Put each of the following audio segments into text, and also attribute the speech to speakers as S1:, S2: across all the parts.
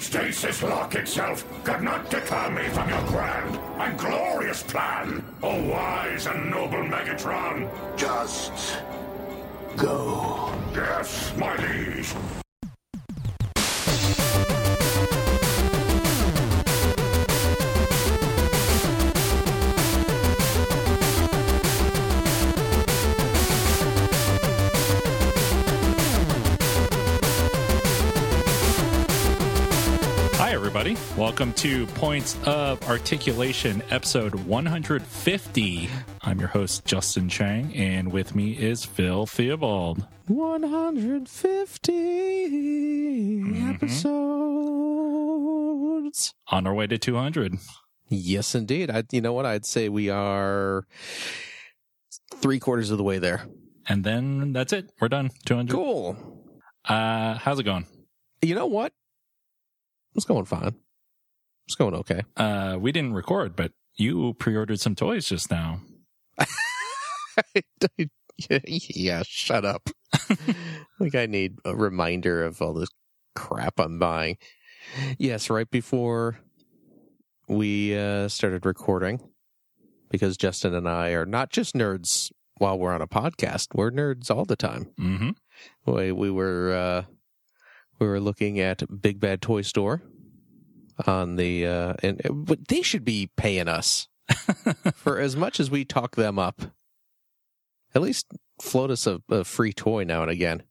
S1: stasis lock itself could not deter me from your grand and glorious plan, O wise and noble Megatron.
S2: Just go.
S1: Yes, my liege.
S3: Hi, everybody. Welcome to Points of Articulation, episode 150. I'm your host, Justin Chang, and with me is Phil Theobald.
S4: 150 episodes.
S3: On our way to 200.
S4: Yes, indeed. I, you know what? I'd say we are three quarters of the way there.
S3: And then that's it. We're done. 200.
S4: Cool.
S3: Uh, how's it going?
S4: You know what? It's going fine. It's going okay.
S3: Uh, we didn't record, but you pre ordered some toys just now.
S4: yeah, shut up. like I need a reminder of all this crap I'm buying. Yes, right before we uh, started recording, because Justin and I are not just nerds while we're on a podcast. We're nerds all the time.
S3: hmm
S4: We we were uh, we were looking at Big Bad Toy Store on the uh, and but they should be paying us for as much as we talk them up. At least float us a, a free toy now and again.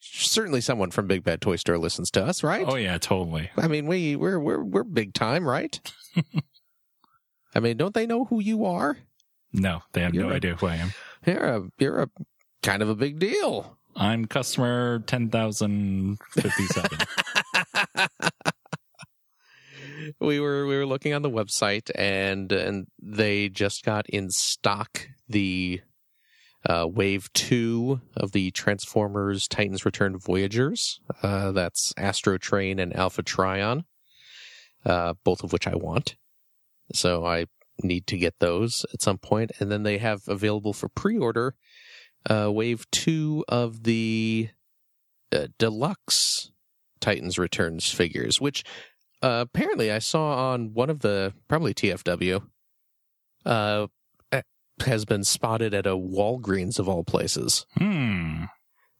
S4: Certainly, someone from Big Bad Toy Store listens to us, right?
S3: Oh, yeah, totally.
S4: I mean, we we're we're we're big time, right? I mean, don't they know who you are?
S3: No, they have no
S4: You're-
S3: idea who I am.
S4: You're a you're a kind of a big deal.
S3: I'm customer 10,057.
S4: we were we were looking on the website and and they just got in stock the uh, wave two of the Transformers Titans Return Voyagers. Uh, that's Astro Train and Alpha Trion, uh, both of which I want. So I need to get those at some point. And then they have available for pre order uh, wave two of the uh, deluxe Titans Returns figures, which uh, apparently I saw on one of the probably TFW uh, eh, has been spotted at a Walgreens of all places.
S3: hmm.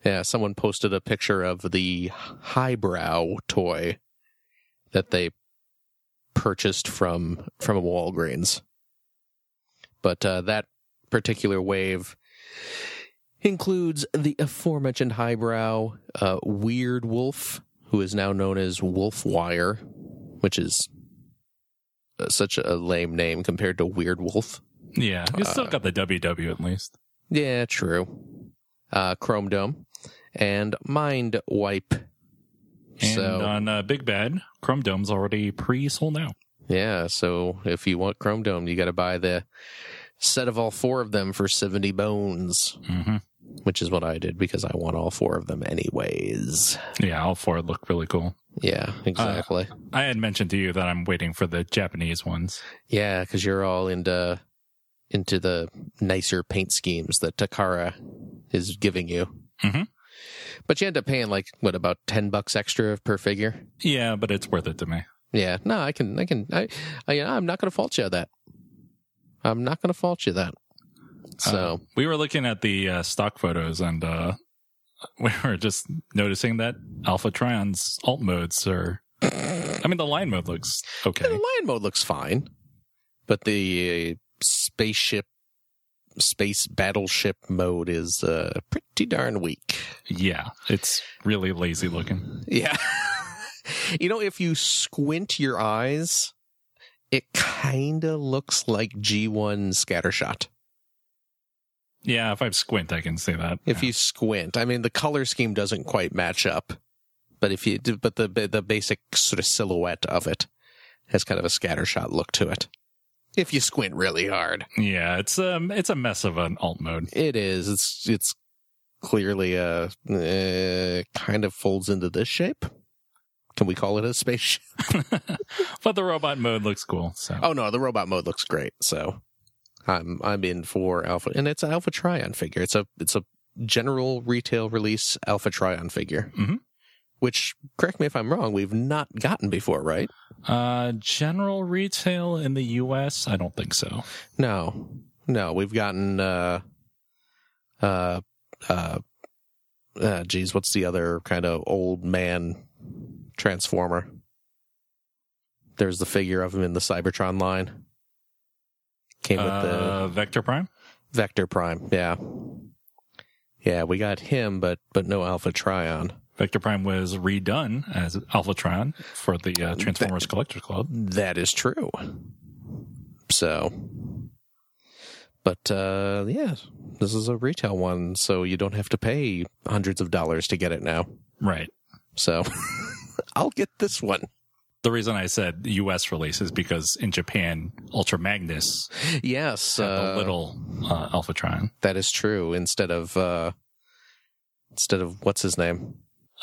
S4: Yeah, someone posted a picture of the highbrow toy that they purchased from from a Walgreens. But uh, that particular wave includes the aforementioned highbrow uh, Weird Wolf, who is now known as Wolf Wire, which is uh, such a lame name compared to Weird Wolf.
S3: Yeah. It's still
S4: Uh,
S3: got the WW at least.
S4: Yeah, true. Uh, Chrome Dome and Mind Wipe.
S3: And
S4: so
S3: on uh, Big Bad, Chrome Dome's already pre sold out.
S4: yeah, so if you want Chrome Dome, you got to buy the set of all four of them for seventy bones,
S3: hmm
S4: which is what I did because I want all four of them anyways.
S3: Yeah, all four look really cool.
S4: Yeah, exactly. Yeah,
S3: I had mentioned to you that I'm waiting for the Japanese ones.
S4: yeah, because you're all into into the nicer paint schemes that Takara is giving you.
S3: Mhm.
S4: But you end up paying like what about ten bucks extra per figure?
S3: Yeah, but it's worth it to me.
S4: Yeah, no, I can, I can, I, I I'm not going to fault you on that. I'm not going to fault you that. So,
S3: We were looking at the uh, stock photos and uh, we were just noticing that Alpha Trion's alt modes are.
S4: Oh.
S3: I mean, the line mode looks
S4: yeah, the
S3: okay.
S4: lion mode looks fine, but the uh, spaceship, space battleship mode is uh, pretty darn weak.
S3: Yeah, it's really lazy looking.
S4: Yeah, you know, if you squint your eyes, it kind of looks like G1 scattershot.
S3: Yeah, if I squint, I can see that.
S4: if you squint i mean the color scheme doesn't quite match up but if you but the the basic sort of silhouette of it has kind of a scattershot look to it if you squint really hard
S3: yeah, it's um, it's a mess of an alt mode.
S4: it is it's it's clearly a uh, kind of folds into this shape can we call it a spaceship
S3: but the robot mode looks cool. So
S4: oh no the robot mode looks great so i'm i'm in for alpha and it's an alpha trion figure it's a it's a general retail release alpha trion figure
S3: Mhm.
S4: which correct me if I'm wrong, we've not gotten before, right?
S3: Uh, general retail in the U.S. I don't think so.
S4: No, no, we've gotten uh, uh, uh, uh geez, what's the other kind of old man transformer? There's the figure of him in the Cybertron line. Came with the
S3: Uh, Vector Prime.
S4: Vector Prime, yeah, yeah. We got him, but but no Alpha Trion.
S3: Vector Prime was redone as Alphatron for the uh, Transformers Collectors Club.
S4: That is true. So, but uh, yeah, this is a retail one, so you don't have to pay hundreds of dollars to get it now.
S3: Right.
S4: So, I'll get this one.
S3: The reason I said U.S. release is because in Japan, Ultra Magnus
S4: Yes,
S3: had the
S4: uh,
S3: little uh, Alphatron,
S4: that is true. Instead of uh, instead of what's his name,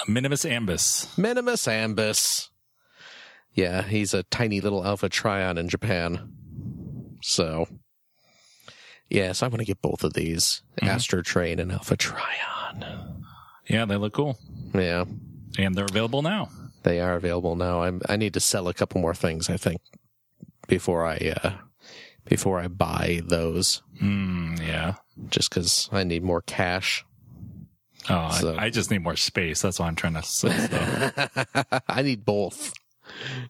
S3: Minimus Ambus.
S4: Minimus Ambus. Yeah, he's a tiny little Alpha Trion in Japan. So, yes, I want to get both of these:
S3: Mhm.
S4: Astro Train and Alpha Trion.
S3: Yeah, they look cool,
S4: Yeah,
S3: and they're available now.
S4: they are available now. I'm, I need to sell a couple more things, I think, before I uh, before I buy those,
S3: Mm, yeah.
S4: just because I need more cash.
S3: Oh, I-
S4: So-
S3: I, just need more space. That's why I'm trying to sell stuff.
S4: I need both.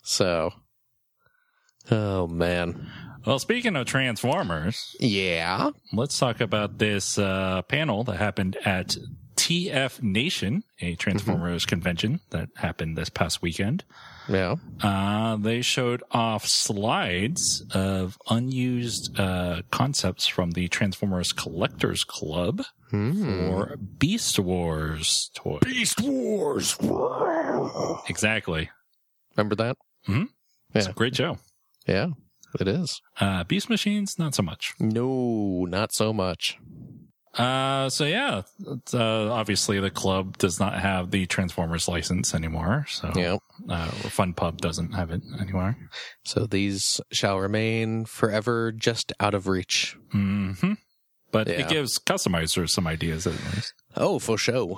S4: So, oh man,
S3: well, speaking of Transformers,
S4: yeah,
S3: let's talk about this uh, panel that happened at TF Nation, a Transformers convention that happened this past weekend.
S4: yeah,
S3: Uh, they showed off slides of unused uh, concepts from the Transformers Collectors Club
S4: Hmm.
S3: for Beast Wars toy.
S1: Beast Wars.
S3: Exactly.
S4: remember that?
S3: It's a great show.
S4: Yeah, it is.
S3: Uh, Beast Machines, not so much.
S4: No, not so much.
S3: Uh, so yeah, it's, uh, obviously the club does not have the Transformers license anymore. So
S4: Yeah.
S3: uh, Fun Pub doesn't have it anymore.
S4: So these shall remain forever, just out of reach.
S3: hmm But
S4: Yeah.
S3: it gives customizers some ideas at least.
S4: Oh, for sure.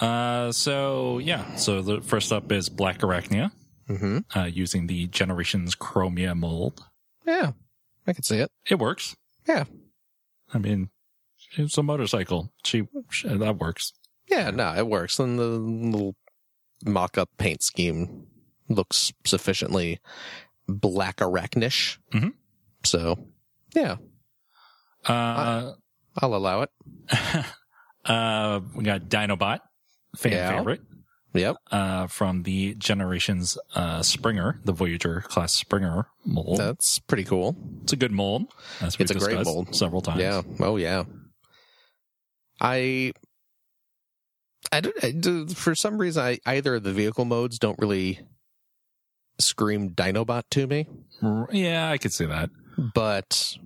S3: Uh, so yeah, so the first up is Black Arachnia
S4: Mm-hmm.
S3: uh, using the Generations Chromia mold.
S4: Yeah, I can see it.
S3: It works.
S4: Yeah.
S3: I mean, it's a motorcycle. She, she that works.
S4: Yeah, no, it works. And the little mock up paint scheme looks sufficiently black arachnish.
S3: Mhm.
S4: So, yeah,
S3: Uh,
S4: I'll allow it.
S3: uh, we got Dinobot, fan
S4: Yeah.
S3: favorite.
S4: Yep.
S3: uh, from the Generations uh, Springer, the Voyager class Springer mold.
S4: That's pretty cool.
S3: it's a good mold. As we've
S4: It's a great
S3: discussed
S4: mold.
S3: several times.
S4: Yeah. Oh, yeah. I. I don't. I do- for some reason, I, either of the vehicle modes don't really scream Dinobot to me,
S3: R- yeah, I could see that.
S4: but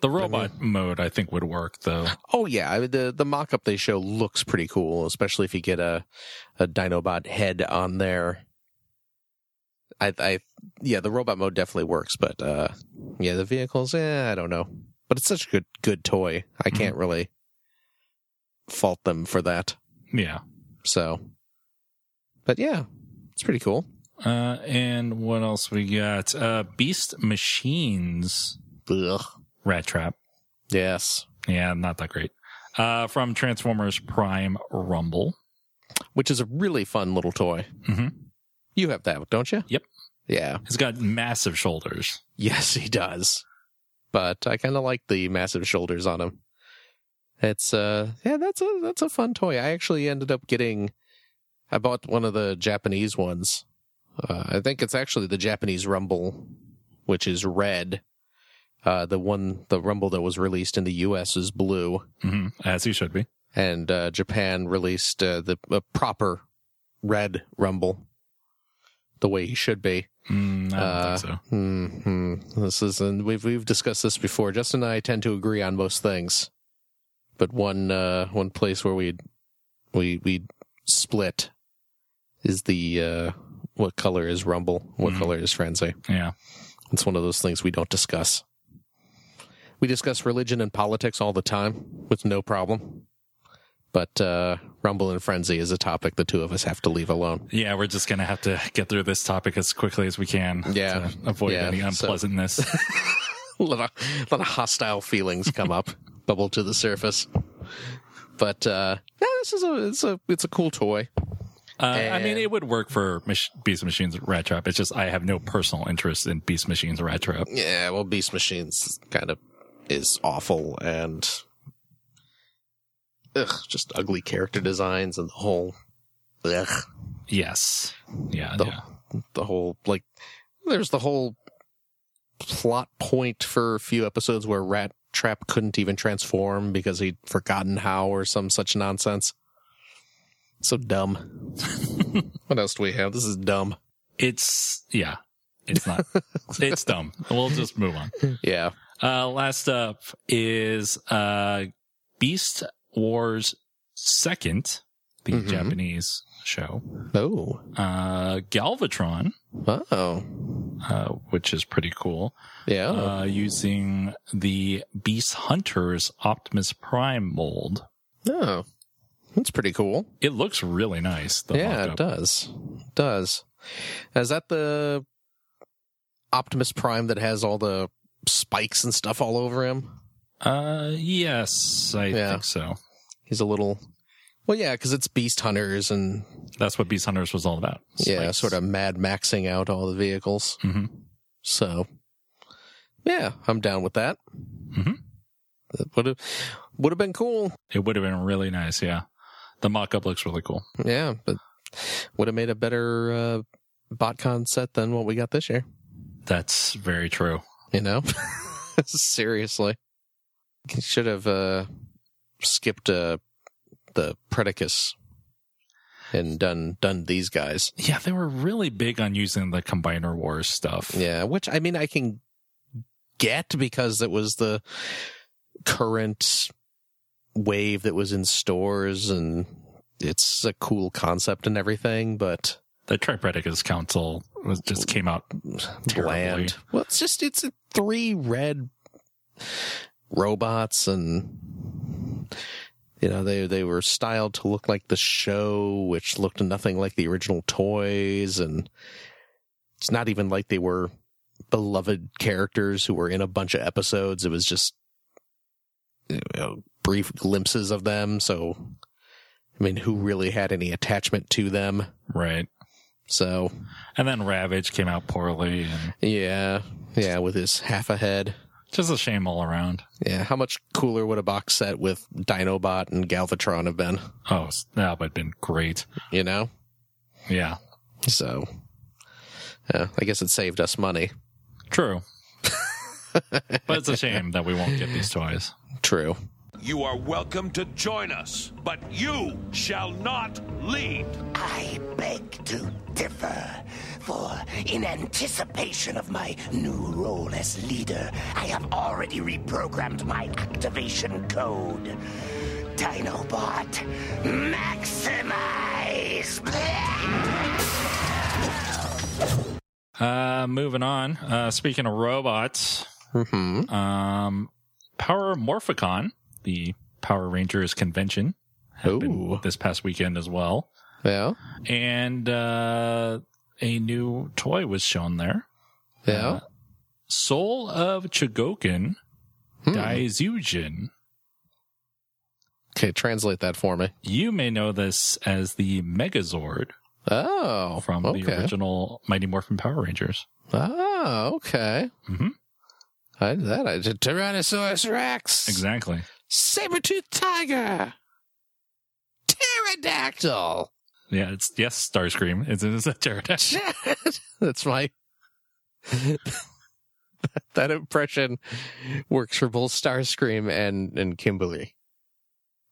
S3: The robot mode, I think, would work though.
S4: Oh yeah, I mean, the the mock up they show looks pretty cool, especially if you get a a Dinobot head on there. I I yeah, the robot mode definitely works, but uh yeah, the vehicles, eh, I don't know. But it's such a good good toy. I can't really fault them for that.
S3: Yeah.
S4: So But yeah, it's pretty cool.
S3: Uh, and what else we got? Uh, Beast Machines
S4: Ugh.
S3: Rat Trap.
S4: Yes.
S3: Yeah, not that great. Uh, from Transformers Prime Rumble.
S4: Which is a really fun little toy.
S3: Mhm.
S4: You have that, don't you?
S3: Yep.
S4: Yeah.
S3: It's got massive shoulders.
S4: Yes, he does. But I kind of like the massive shoulders on him. It's uh yeah, that's a that's a fun toy. I actually ended up getting I bought one of the Japanese ones. Uh, I think it's actually the Japanese Rumble, which is red. Uh, the one, the Rumble that was released in the U.S. is blue,
S3: hmm As he should be.
S4: and uh, Japan released uh, the a proper red Rumble, the way he should be.
S3: Mm, I don't
S4: Uh,
S3: think so.
S4: Hmm. This is, and we've we've discussed this before. Justin and I tend to agree on most things, but one uh, one place where we we we split is the uh, what color is Rumble, what
S3: Mhm.
S4: color is Frenzy.
S3: Yeah.
S4: It's one of those things we don't discuss. We discuss religion and politics all the time with no problem, But uh, Rumble and Frenzy is a topic the two of us have to leave alone.
S3: Yeah, we're just gonna have to get through this topic as quickly as we can.
S4: Yeah.
S3: to avoid
S4: Yeah,
S3: any
S4: so-
S3: unpleasantness.
S4: A lot of, a lot of hostile feelings come up, bubble to the surface. But uh, yeah, this is a it's a it's a cool toy.
S3: uh, I mean,
S4: And-
S3: it would work for Mach- Beast Machines Rat Trap. It's just I have no personal interest in Beast Machines Rat Trap.
S4: Yeah, well, Beast Machines kind of is awful and ugh, just ugly character designs and the whole ugh,
S3: Yes. Yeah.
S4: The-
S3: yeah.
S4: the whole like there's the whole plot point for a few episodes where Rat Trap couldn't even transform because he'd forgotten how or some such nonsense. So dumb. what else do we have? This is dumb.
S3: It's yeah. It's not. it's dumb. We'll just move on.
S4: Yeah.
S3: Uh, last up is uh, Beast Wars Second, the
S4: Mhm.
S3: Japanese show.
S4: Oh.
S3: Uh, Galvatron,
S4: Oh.
S3: uh, which is pretty cool,
S4: Yeah.
S3: uh, using the Beast Hunters Optimus Prime mold.
S4: oh. That's pretty cool.
S3: It looks really nice. The
S4: yeah,
S3: mock-up.
S4: it does. It does. Is that the Optimus Prime that has all the spikes and stuff all over him?
S3: Uh, yes, I
S4: Yeah.
S3: think so.
S4: He's a little. Well, yeah, because it's Beast Hunters and
S3: That's what Beast Hunters was all about.
S4: yeah, sort of mad maxing out all the vehicles.
S3: hmm
S4: So, yeah, I'm down with that.
S3: Mhm.
S4: That would have would have been cool.
S3: It would have been really nice. Yeah, the mock-up looks really cool.
S4: Yeah, but would have made a better uh, BotCon set than what we got this year.
S3: That's very true.
S4: you know seriously You should have uh skipped uh the predicus and done done these guys
S3: Yeah, they were really big on using the Combiner Wars stuff.
S4: yeah which i mean i can get because it was the current wave that was in stores and it's a cool concept and everything but
S3: The Tripreticus Council was just came out. Terribly.
S4: bland. Well, it's just it's a three red robots, and you know they they were styled to look like the show, which looked nothing like the original toys, and it's not even like they were beloved characters who were in a bunch of episodes. It was just you know, brief glimpses of them. So, I mean, who really had any attachment to them?
S3: Right.
S4: So,
S3: And then Ravage came out poorly and
S4: yeah, yeah, with his half a head.
S3: just a shame all around.
S4: Yeah, how much cooler would a box set with Dinobot and Galvatron have been?
S3: Oh, s- that would have been great.
S4: You know,
S3: Yeah.
S4: so yeah, I guess it saved us money.
S3: True. but it's a shame that we won't get these toys.
S4: True.
S5: You are welcome to join us, but you shall not lead.
S2: I beg to differ, for in anticipation of my new role as leader, I have already reprogrammed my activation code. Dinobot, maximize!
S3: Uh, moving on. Uh, speaking of robots,
S4: hmm
S3: um, Power Morphicon, the Power Rangers convention, happened
S4: Ooh.
S3: this past weekend as well.
S4: Yeah.
S3: and uh, a new toy was shown there.
S4: Yeah.
S3: Uh, Soul of Chogokin
S4: Hmm.
S3: Daizujin.
S4: okay, translate that for me.
S3: You may know this as the Megazord
S4: Oh,
S3: from
S4: okay.
S3: the original Mighty Morphin Power Rangers.
S4: Oh, okay.
S3: Mhm.
S4: I that I did Tyrannosaurus Rex.
S3: Exactly.
S4: Saber-toothed tiger. Pterodactyl.
S3: Yeah, it's yes, Starscream. It's, it's a pterodactyl.
S4: That's my that impression works for both Starscream and and Kimberly.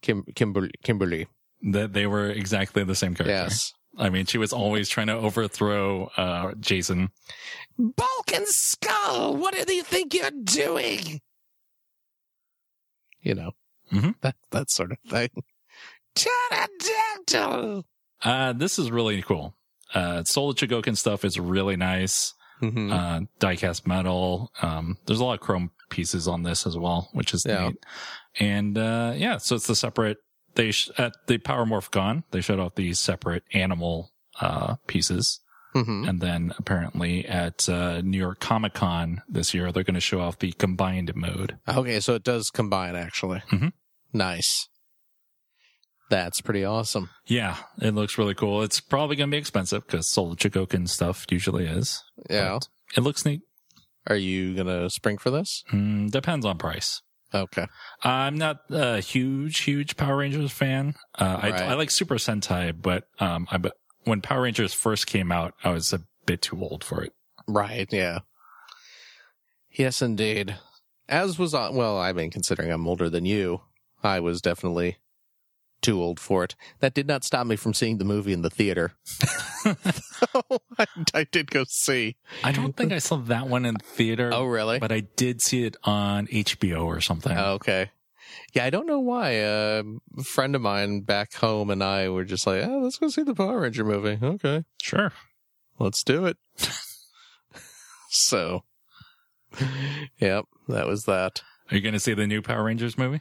S4: Kim Kimberly Kimberly.
S3: That they were exactly the same character.
S4: Yes.
S3: I mean, she was always trying to overthrow uh, Jason.
S4: Bulk and Skull, what do you think you're doing? You know.
S3: Mhm.
S4: That that sort of thing. Pterodactyl.
S3: Uh, this is really cool. Uh, Soul of Chogokin stuff is really nice.
S4: Mm-hmm.
S3: uh, diecast metal. Um, there's a lot of chrome pieces on this as well, which is
S4: Yeah.
S3: neat. And uh, yeah, so it's the separate they sh- at the Power Morph Gone, they showed off these separate animal uh, pieces.
S4: hmm
S3: And then apparently at uh, New York Comic Con this year, they're going to show off the combined mode.
S4: Okay, so it does combine actually.
S3: Mhm.
S4: Nice. That's pretty awesome.
S3: Yeah, it looks really cool. It's probably going to be expensive because Soul Chigokin stuff usually is.
S4: Yeah.
S3: But It looks neat.
S4: Are you gonna spring for this?
S3: Mm, depends on price.
S4: Okay.
S3: I'm not a huge, huge Power Rangers fan. Uh,
S4: Right.
S3: I, I like Super Sentai, but um, I but when Power Rangers first came out, I was a bit too old for it.
S4: Right, yeah. Yes, indeed. As was, I- well, I mean, considering I'm older than you, I was definitely too old for it. That did not stop me from seeing the movie in the theater. oh, I, I did go see.
S3: I don't think I saw that one in theater,
S4: Oh, really?
S3: but I did see it on HBO or something.
S4: uh, Okay. Yeah, I don't know why. Uh, A friend of mine back home and I were just like, oh, let's go see the Power Ranger movie. Okay.
S3: Sure.
S4: let's do it. so, yep, that was that.
S3: Are you going to see the new Power Rangers movie?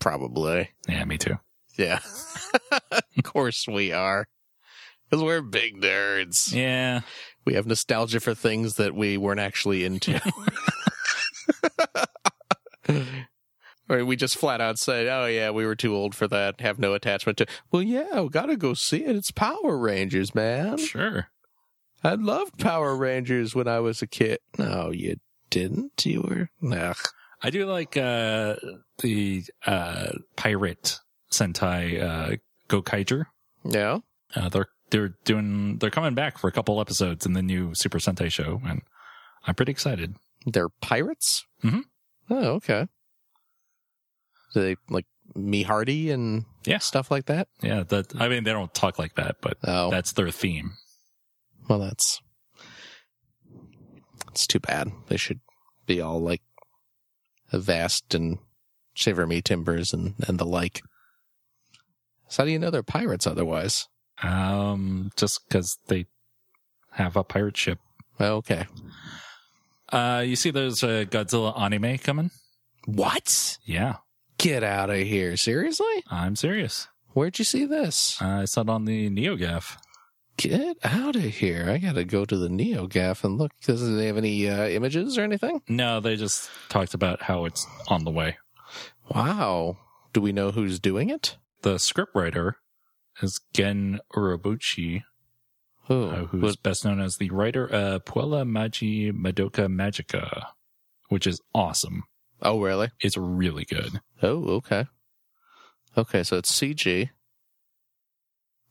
S4: Probably.
S3: Yeah, me too.
S4: Yeah. of course we are. Because we're big nerds.
S3: Yeah.
S4: We have nostalgia for things that we weren't actually into. or we just flat out said, oh, yeah, we were too old for that, have no attachment to. Well, yeah, gotta go see it. It's Power Rangers, man.
S3: Sure.
S4: I loved Power Rangers when I was a kid. No, you didn't. You were nah.
S3: I do like uh, the uh, pirate Sentai uh, Gokaiger.
S4: Yeah.
S3: Uh, they're they're doing they're coming back for a couple episodes in the new Super Sentai show, and I'm pretty excited.
S4: They're pirates?
S3: Mhm.
S4: Oh, okay. Do they like me Hardy and
S3: Yeah.
S4: stuff like that?
S3: Yeah, that I mean they don't talk like that, but
S4: Oh.
S3: that's their theme.
S4: well that's it's too bad. They should be all like vast and shiver me timbers and, and the like. So how do you know they're pirates otherwise?
S3: Um, just because they have a pirate ship.
S4: Okay.
S3: Uh, you see, there's a Godzilla anime coming.
S4: What?
S3: Yeah,
S4: Get out of here. Seriously?
S3: I'm serious. Uh,
S4: Where'd you see this?
S3: I saw it on the NeoGaf.
S4: Get out of here. I gotta go to the NeoGAF and look. Does it have any uh, images or anything?
S3: No, they just talked about how it's on the way.
S4: Wow. Do we know who's doing it?
S3: The scriptwriter is Gen Urobuchi,
S4: Who?
S3: uh, who's best known as the writer of Puella Magi Madoka Magica, which is awesome.
S4: oh, really?
S3: It's really good.
S4: Oh, okay. Okay, so it's CG.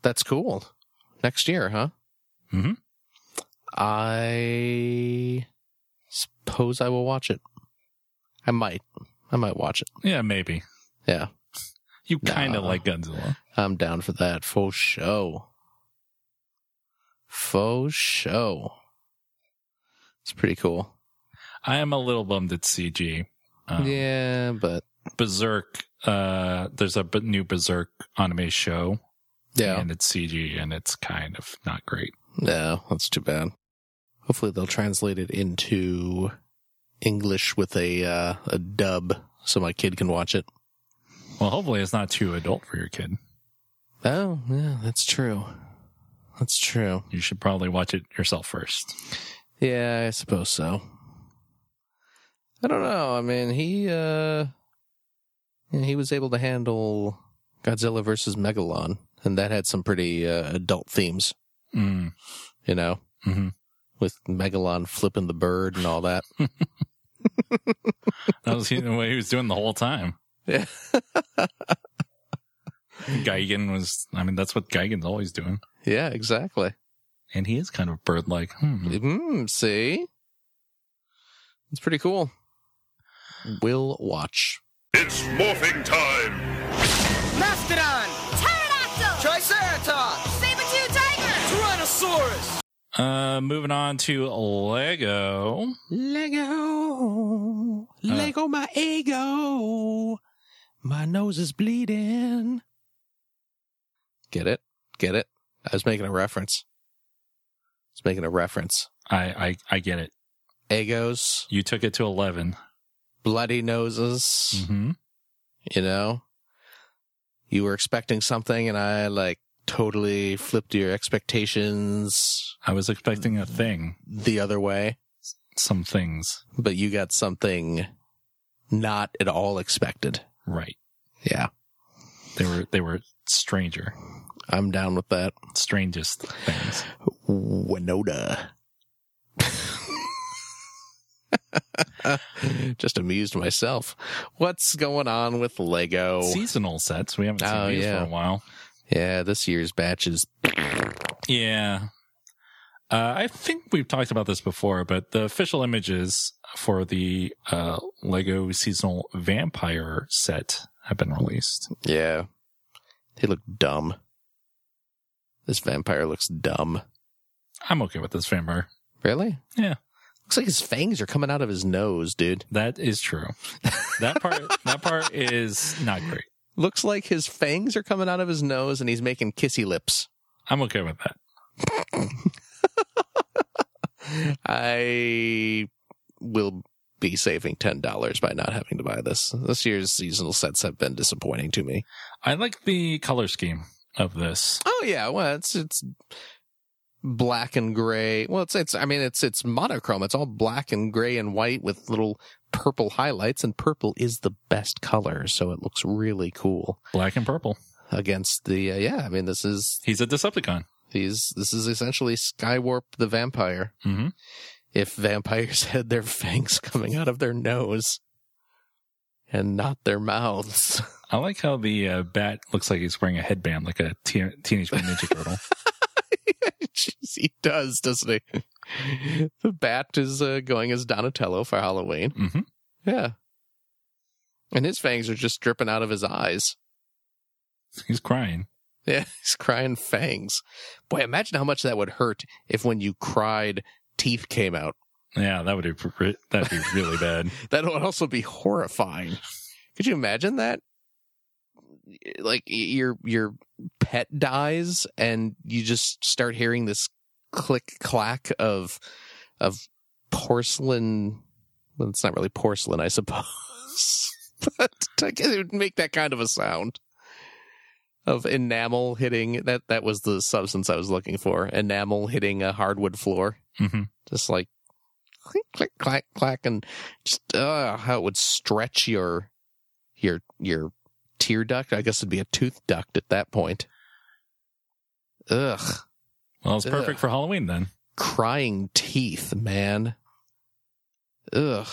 S4: That's cool. Next year, huh?
S3: Mhm.
S4: I suppose I will watch it. I might. I might watch it.
S3: Yeah, maybe.
S4: Yeah.
S3: You kind of
S4: No.
S3: like Godzilla.
S4: I'm down for that. For show. For show. It's pretty cool.
S3: I am a little bummed at CG. Um,
S4: yeah, but
S3: Berserk. Uh, there's a b- new Berserk anime show,
S4: yeah,
S3: and it's CG, and it's kind of not great.
S4: no, that's too bad. Hopefully they'll translate it into English with a uh, a dub so my kid can watch it.
S3: Well, hopefully, it's not too adult for your kid.
S4: Oh, yeah, that's true. That's true.
S3: You should probably watch it yourself first.
S4: Yeah, I suppose so. I don't know. I mean, he uh you know, he was able to handle Godzilla versus Megalon, and that had some pretty uh, adult themes,
S3: Mm.
S4: you know,
S3: Mhm.
S4: with Megalon flipping the bird and all that.
S3: That was you know, what he was doing the whole time.
S4: Yeah.
S3: Geigen was. I mean, that's what Geigen's always doing,
S4: yeah, exactly.
S3: and he is kind of bird-like. Hmm.
S4: Mm, see, it's pretty cool. We'll watch.
S1: It's morphing time!
S6: Mastodon!
S7: Pterodactyl!
S6: Triceratops!
S7: Saber-tooth tiger!
S6: Tyrannosaurus!
S3: Uh, moving on to Lego.
S4: Lego, Lego, my ego. My nose is bleeding. Get it? Get it? I was making a reference. I was making a reference.
S3: I, I I get it.
S4: Egos,
S3: You took it to 11
S4: bloody noses.
S3: Mm-hmm.
S4: You know, you were expecting something and I like totally flipped your expectations
S3: I was expecting a
S4: Mm-hmm.
S3: thing,
S4: the other way,
S3: some things.
S4: but you got something not at all expected.
S3: Right.
S4: Yeah.
S3: They were they were stranger,
S4: I'm down with that.
S3: strangest things.
S4: Winona. Just amused myself. What's going on with Lego?
S3: Seasonal sets. We haven't seen
S4: Oh,
S3: these
S4: yeah.
S3: for a while.
S4: Yeah, this year's batch is
S3: Yeah. Uh, I think we've talked about this before, but the official images for the uh, Lego seasonal vampire set have been released.
S4: Yeah. They look dumb. This vampire looks dumb.
S3: I'm okay with this vampire.
S4: Really?
S3: Yeah,
S4: Looks like his fangs are coming out of his nose, dude.
S3: that is true. That part that part is not great.
S4: Looks like his fangs are coming out of his nose and he's making kissy lips.
S3: I'm okay with that.
S4: I will be saving $10 by not having to buy this. This year's seasonal sets have been disappointing to me.
S3: I like the color scheme of this.
S4: Oh yeah, well it's it's black and gray. Well, it's it's I mean it's it's monochrome. It's all black and gray and white with little purple highlights and purple is the best color, so it looks really cool
S3: Black and purple.
S4: against the uh, yeah, I mean this is
S3: He's a Decepticon.
S4: these this is essentially Skywarp the vampire.
S3: hmm
S4: If vampires had their fangs coming out of their nose and not their mouths.
S3: I like how the uh, bat looks like he's wearing a headband, like a te- teenage Mutant Ninja Turtle.
S4: Jeez, he does, doesn't he? The bat is uh, going as Donatello for Halloween.
S3: hmm
S4: Yeah. And his fangs are just dripping out of his eyes.
S3: He's crying.
S4: Yeah, he's crying fangs. Boy, imagine how much that would hurt if when you cried, teeth came out.
S3: Yeah, that would be pr- that'd be really bad.
S4: That would also be horrifying. Could you imagine that? Like y- your your pet dies and you just start hearing this click clack of of porcelain. Well, it's not really porcelain, I suppose, but I guess it would make that kind of a sound of enamel hitting that that was the substance I was looking for. Enamel hitting a hardwood floor
S3: hmm
S4: just like click click clack clack and just uh, how it would stretch your your your tear duct i guess it'd be a tooth duct at that point ugh
S3: Well, it's perfect
S4: Ugh.
S3: for Halloween then.
S4: crying teeth man ugh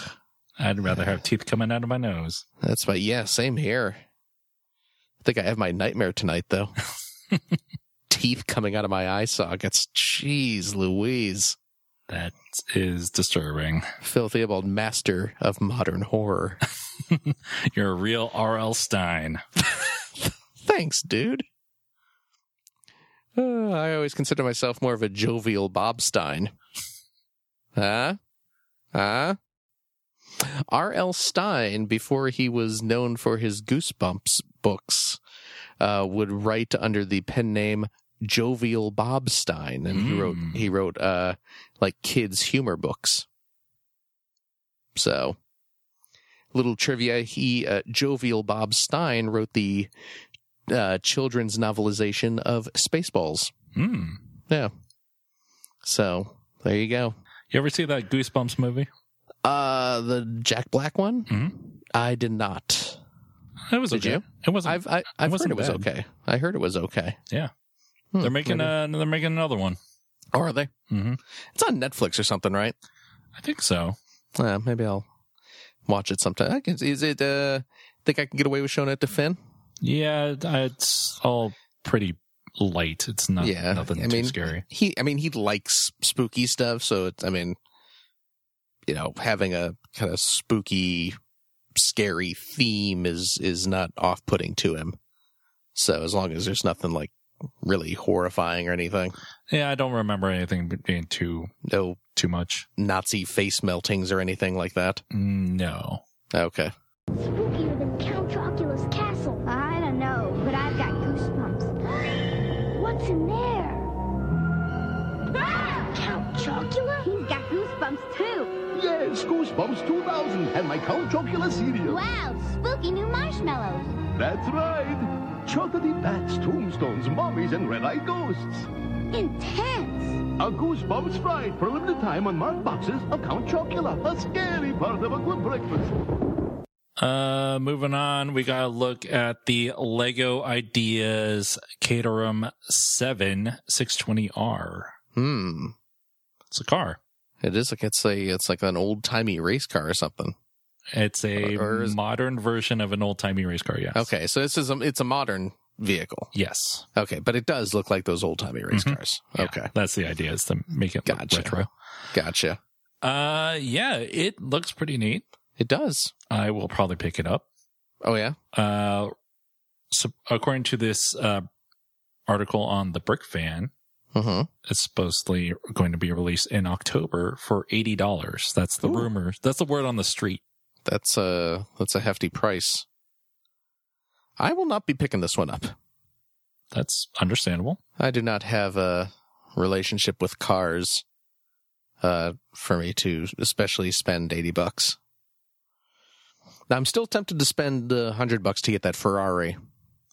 S3: I'd rather have teeth coming out of my nose.
S4: that's my yeah same here i think i have my nightmare tonight though teeth coming out of my eye sockets jeez louise
S3: That is disturbing.
S4: phil theobald master of modern horror
S3: You're a real R.L. Stein.
S4: Thanks, dude. Uh, I always consider myself more of a jovial Bob Stein. Huh? Huh? R.L. Stein, before he was known for his Goosebumps books, uh, would write under the pen name Jovial Bob Stein, and he wrote
S3: Mm.
S4: he wrote uh, like kids humor books. So, little trivia: he uh, Jovial Bob Stein wrote the uh, children's novelization of Spaceballs.
S3: Hmm.
S4: Yeah. So there you go.
S3: You ever see that Goosebumps movie?
S4: Uh, the Jack Black one.
S3: Mhm.
S4: I did not.
S3: It was
S4: Did
S3: okay.
S4: you?
S3: It wasn't.
S4: I've I, I've heard
S3: wasn't
S4: it was
S3: bad.
S4: okay. I heard it was okay.
S3: Yeah.
S4: Hmm,
S3: they're making
S4: maybe.
S3: uh, they're making another one.
S4: Oh, are they?
S3: Mhm.
S4: It's on Netflix or something, right?
S3: I think so.
S4: Uh, maybe I'll watch it sometime. I can, is it? Uh, think I can get away with showing it to Finn?
S3: Yeah, it's all pretty light. It's not
S4: yeah,
S3: nothing
S4: I
S3: too
S4: mean,
S3: scary.
S4: He, I mean, he likes spooky stuff, so it's, I mean, you know, having a kind of spooky, scary theme is is not off putting to him. So as long as there's nothing like really horrifying or anything,
S3: Yeah, I don't remember anything being too
S4: no
S3: too much.
S4: Nazi face meltings or anything like that.
S3: No.
S4: Okay,
S7: Spookier than Count Dracula's castle. I don't know, but I've got goosebumps. What's in there? Count Chocula? Ah! He's got goosebumps too.
S8: Yes, Goosebumps 2000 and my Count Chocula cereal.
S7: Wow, spooky new marshmallows.
S8: That's right. chocolatey bats, tombstones, mummies, and red-eyed ghosts.
S7: Intense!
S8: A Goosebumps Sprite for a limited time on Mark Box's Account Chocula, a scary part of a good breakfast.
S3: Uh, moving on, we got to look at the Lego Ideas Caterham 7 620R.
S4: Hmm.
S3: It's a car.
S4: It is like it's a it's like an old timey race car or something.
S3: It's a
S4: Uh, Or is-
S3: modern version of an old timey race car. Yes.
S4: Okay, so this is a, it's a modern vehicle.
S3: Yes.
S4: Okay, but it does look like those old timey race
S3: Mhm.
S4: cars.
S3: Yeah,
S4: Okay,
S3: That's the idea is to make it
S4: Gotcha.
S3: look retro.
S4: gotcha.
S3: Uh, yeah, it looks pretty neat.
S4: It does.
S3: I will probably pick it up.
S4: Oh yeah.
S3: Uh, so according to this uh, article on the Brick Fan,
S4: Mm-hmm.
S3: it's supposedly going to be released in October for eighty dollars. That's the rumor. That's the word on the street.
S4: That's a that's a hefty price. I will not be picking this one up.
S3: That's understandable.
S4: I do not have a relationship with cars uh, for me to especially spend 80 bucks. Now, I'm still tempted to spend uh, 100 bucks to get that Ferrari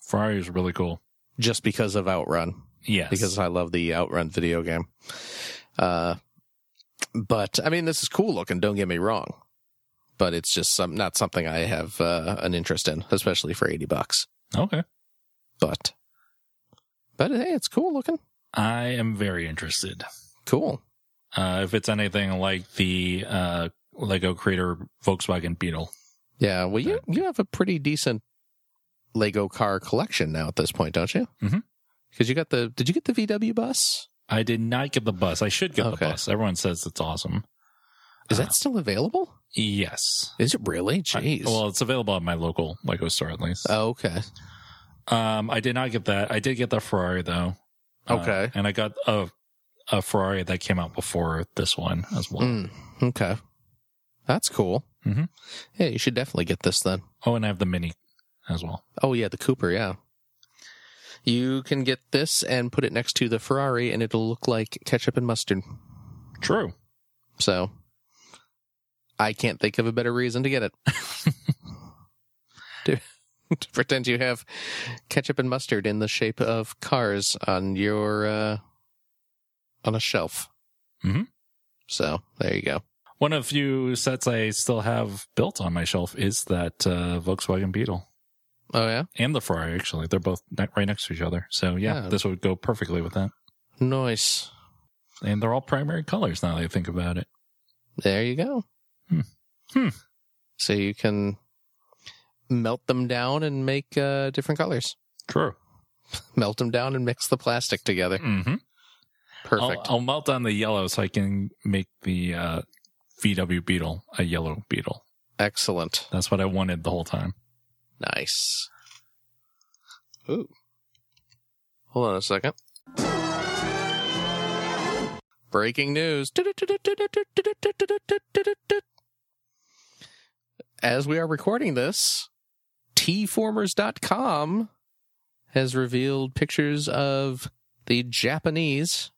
S3: Ferrari is really cool.
S4: just because of Outrun,
S3: Yes,
S4: because I love the Outrun video game. Uh, but I mean, this is cool looking, don't get me wrong. But it's just some, not something I have uh, an interest in, especially for 80 bucks.
S3: okay,
S4: But, but hey, it's cool looking.
S3: I am very interested.
S4: Cool.
S3: Uh, if it's anything like the uh, Lego Creator Volkswagen Beetle,
S4: Yeah, well, you you have a pretty decent Lego car collection now at this point, don't you?
S3: Mhm.
S4: Because you got the did you get the VW bus?
S3: I did not get the bus. I should get
S4: Okay.
S3: the bus. Everyone says it's awesome.
S4: Is
S3: Uh,
S4: that still available?
S3: Yes.
S4: Is it really? Jeez.
S3: I- well, it's available at my local Lego store at least.
S4: oh, okay.
S3: Um, I did not get that. I did get the Ferrari though. Uh,
S4: Okay.
S3: and I got a a Ferrari that came out before this one as well.
S4: Mm, okay. That's cool.
S3: Mhm.
S4: Yeah, you should definitely get this then.
S3: Oh, and I have the Mini as well.
S4: Oh yeah, the Cooper. Yeah. You can get this and put it next to the Ferrari, and it'll look like ketchup and mustard.
S3: True.
S4: So, I can't think of a better reason to get it. to, to pretend you have ketchup and mustard in the shape of cars on your uh, on a shelf.
S3: Mhm.
S4: So there you go.
S3: One of few sets I still have built on my shelf is that uh, Volkswagen Beetle
S4: Oh yeah,
S3: and the Ferrari. Actually, they're both ne- right next to each other. So yeah,
S4: Yeah.
S3: this would go perfectly with that.
S4: nice.
S3: And they're all primary colors now that I think about it.
S4: There you go.
S3: Hmm. Hmm.
S4: So you can melt them down and make uh, different colors.
S3: True.
S4: Melt them down and mix the plastic together.
S3: Mm-hmm.
S4: Perfect.
S3: I'll, I'll melt down the yellow so I can make the uh, VW Beetle a yellow Beetle.
S4: Excellent.
S3: That's what I wanted the whole time.
S4: Nice. Ooh. Hold on a second. Breaking news. As we are recording this, tformers.com has revealed pictures of the Japanese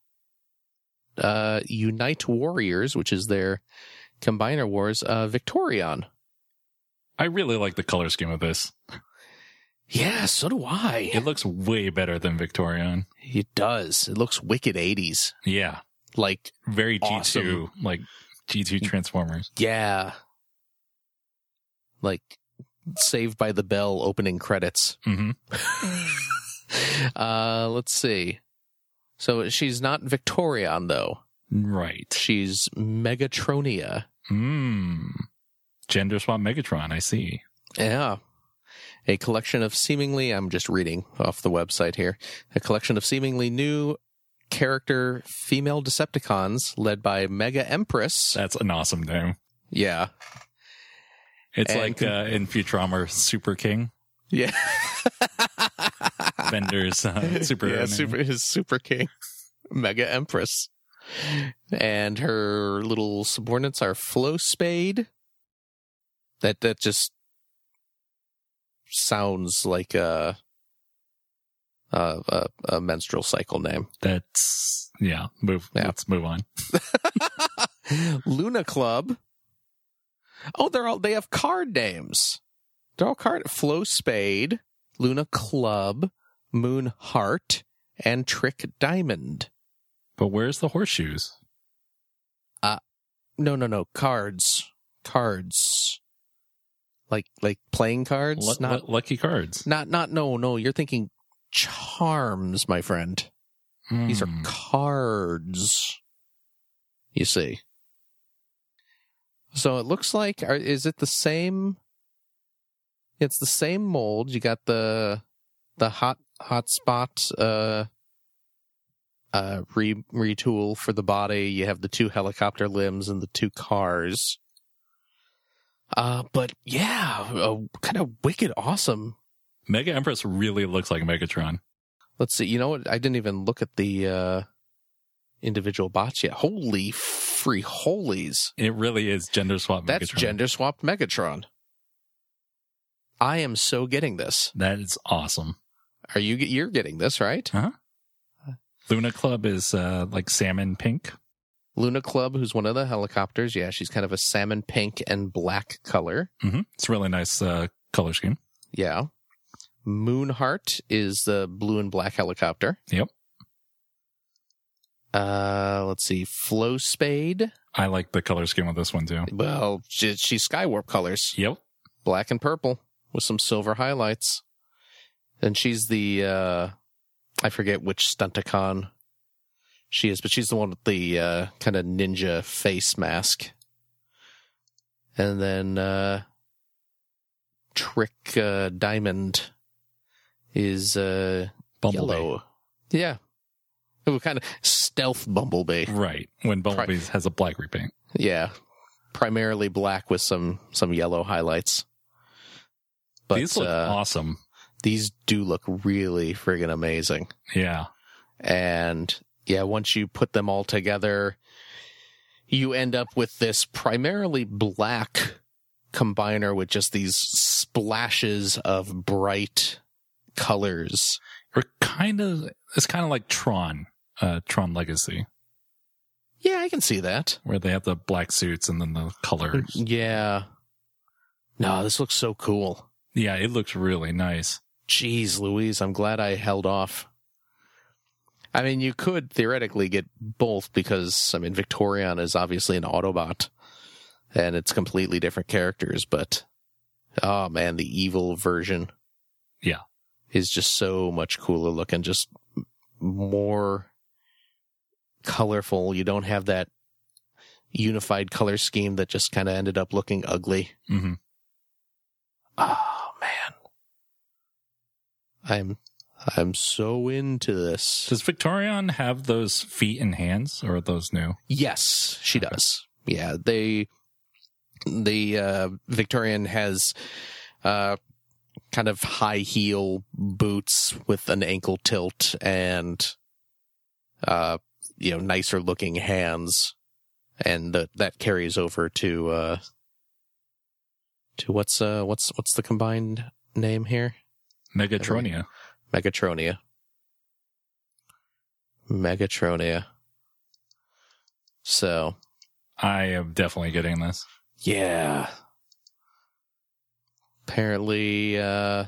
S4: uh, Unite Warriors, which is their Combiner Wars uh, Victorion.
S3: I really like the color scheme of this.
S4: Yeah, so do I.
S3: It looks way better than Victorian.
S4: It does. It looks wicked 80s.
S3: Yeah.
S4: Like,
S3: Very
S4: Awesome.
S3: G2, like G2 Transformers.
S4: yeah. Like Saved by the Bell opening credits.
S3: hmm
S4: uh, let's see. So she's not Victorian though.
S3: Right.
S4: She's Megatronia.
S3: Mm. Gender swap Megatron. I see.
S4: Yeah. A collection of seemingly, I'm just reading off the website here, a collection of seemingly new character female Decepticons led by Mega Empress.
S3: That's an awesome name.
S4: Yeah.
S3: It's
S4: And
S3: like
S4: con-
S3: uh, in Futurama, Super King.
S4: Yeah.
S3: Bender's uh, super.
S4: yeah,
S3: name.
S4: super his super king, mega empress, and her little subordinates are Flo Spade. That that just sounds like a a, a, a menstrual cycle name.
S3: That's, yeah, move.
S4: Yeah.
S3: Let's move on.
S4: Luna Club. Oh, they're all they have card names. They're all card Flo Spade, Luna Club, Moon Heart, and Trick Diamond.
S3: But where's the horseshoes?
S4: No, no, no. Cards. Cards. Like like playing cards?
S3: Lu-
S4: not
S3: lu- lucky cards.
S4: not not no, no. You're thinking charms, my friend. These are
S3: Hmm.
S4: cards. You see. So it looks like are, is it the same? It's the same mold. You got the the hot hot spot uh uh re, retool for the body. You have the two helicopter limbs and the two cars. Uh, but yeah, uh, kind of wicked awesome
S3: Mega Empress really looks like Megatron.
S4: Let's see. You know what? I didn't even look at the uh, individual bots yet. Holy free holies.
S3: It really is gender swap.
S4: That's
S3: Megatron.
S4: gender swapped Megatron. I am so getting this.
S3: That is awesome.
S4: Are you? You're getting this right?
S3: Luna Club is uh, like salmon pink.
S4: Luna Club, who's one of the helicopters. Yeah, she's kind of a salmon pink and black color.
S3: hmm It's a really nice uh, color scheme.
S4: Yeah. Moonheart is the blue and black helicopter.
S3: Yep.
S4: Uh, let's see. Flow Spade.
S3: I like the color scheme of this one too.
S4: Well, she, she's Skywarp colors.
S3: Yep.
S4: black and purple with some silver highlights. And she's the uh I forget which stunticon she is, but she's the one with the uh kind of ninja face mask. And then uh Trick uh, Diamond is uh
S3: Bumblebee.
S4: yellow. Yeah. Ooh, kind of stealth bumblebee.
S3: Right. When Bumblebee has a black repaint.
S4: Yeah. Primarily black with some some yellow highlights. But
S3: These look
S4: uh,
S3: awesome.
S4: these do look really friggin' amazing.
S3: Yeah.
S4: And yeah, once you put them all together, you end up with this primarily black combiner with just these splashes of bright colors.
S3: We're kind of, it's kind of like Tron, uh, Tron Legacy,
S4: Yeah, I can see that.
S3: where they have the black suits and then the
S4: Mm-hmm.
S3: colors.
S4: Yeah. No, this looks so cool.
S3: yeah. It looks really nice.
S4: Jeez Louise, I'm glad I held off. I mean, you could theoretically get both because, I mean, Victorion is obviously an Autobot and it's completely different characters, but oh man, the evil version.
S3: Yeah.
S4: Is just so much cooler looking, just m- more colorful. You don't have that unified color scheme that just kind of ended up looking ugly.
S3: hmm
S4: Oh man. I'm I'm so into this.
S3: Does Victorion have those feet and hands or are those new?
S4: Yes, she
S3: Okay.
S4: does. Yeah, they the uh Victorian has uh kind of high heel boots with an ankle tilt and uh you know nicer looking hands and the, that carries over to uh to what's uh what's what's the combined name here?
S3: Megatronia.
S4: Megatronia. Megatronia. So,
S3: I am definitely getting this.
S4: yeah. Apparently, uh,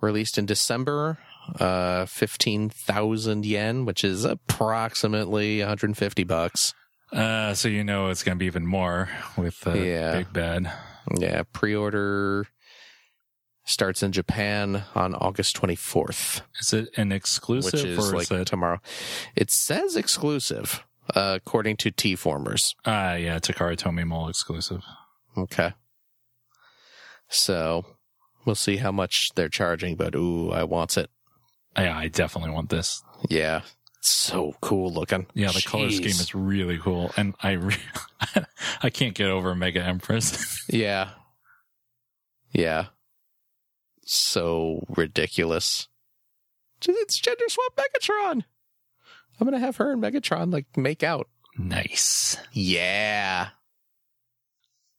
S4: released in December, uh, 15,000 yen, which is approximately 150 bucks.
S3: Uh, so you know it's going to be even more with uh,
S4: Yeah.
S3: Big Bad.
S4: Yeah. Pre order starts in Japan on August 24th.
S3: Is it an exclusive
S4: which is
S3: or
S4: like
S3: is it?
S4: tomorrow. It says exclusive, uh, according to T Formers.
S3: Ah, yeah, Takara Tomy Mall exclusive.
S4: Okay. So we'll see how much they're charging, but ooh, I wants it.
S3: Uh, Yeah, I definitely want this.
S4: Yeah. So cool looking.
S3: Yeah, the color
S4: Jeez.
S3: scheme is really cool, and I re- I can't get over Mega Empress.
S4: Yeah. Yeah. So ridiculous. It's gender swap Megatron. I'm gonna have her and Megatron like make out.
S3: nice.
S4: Yeah.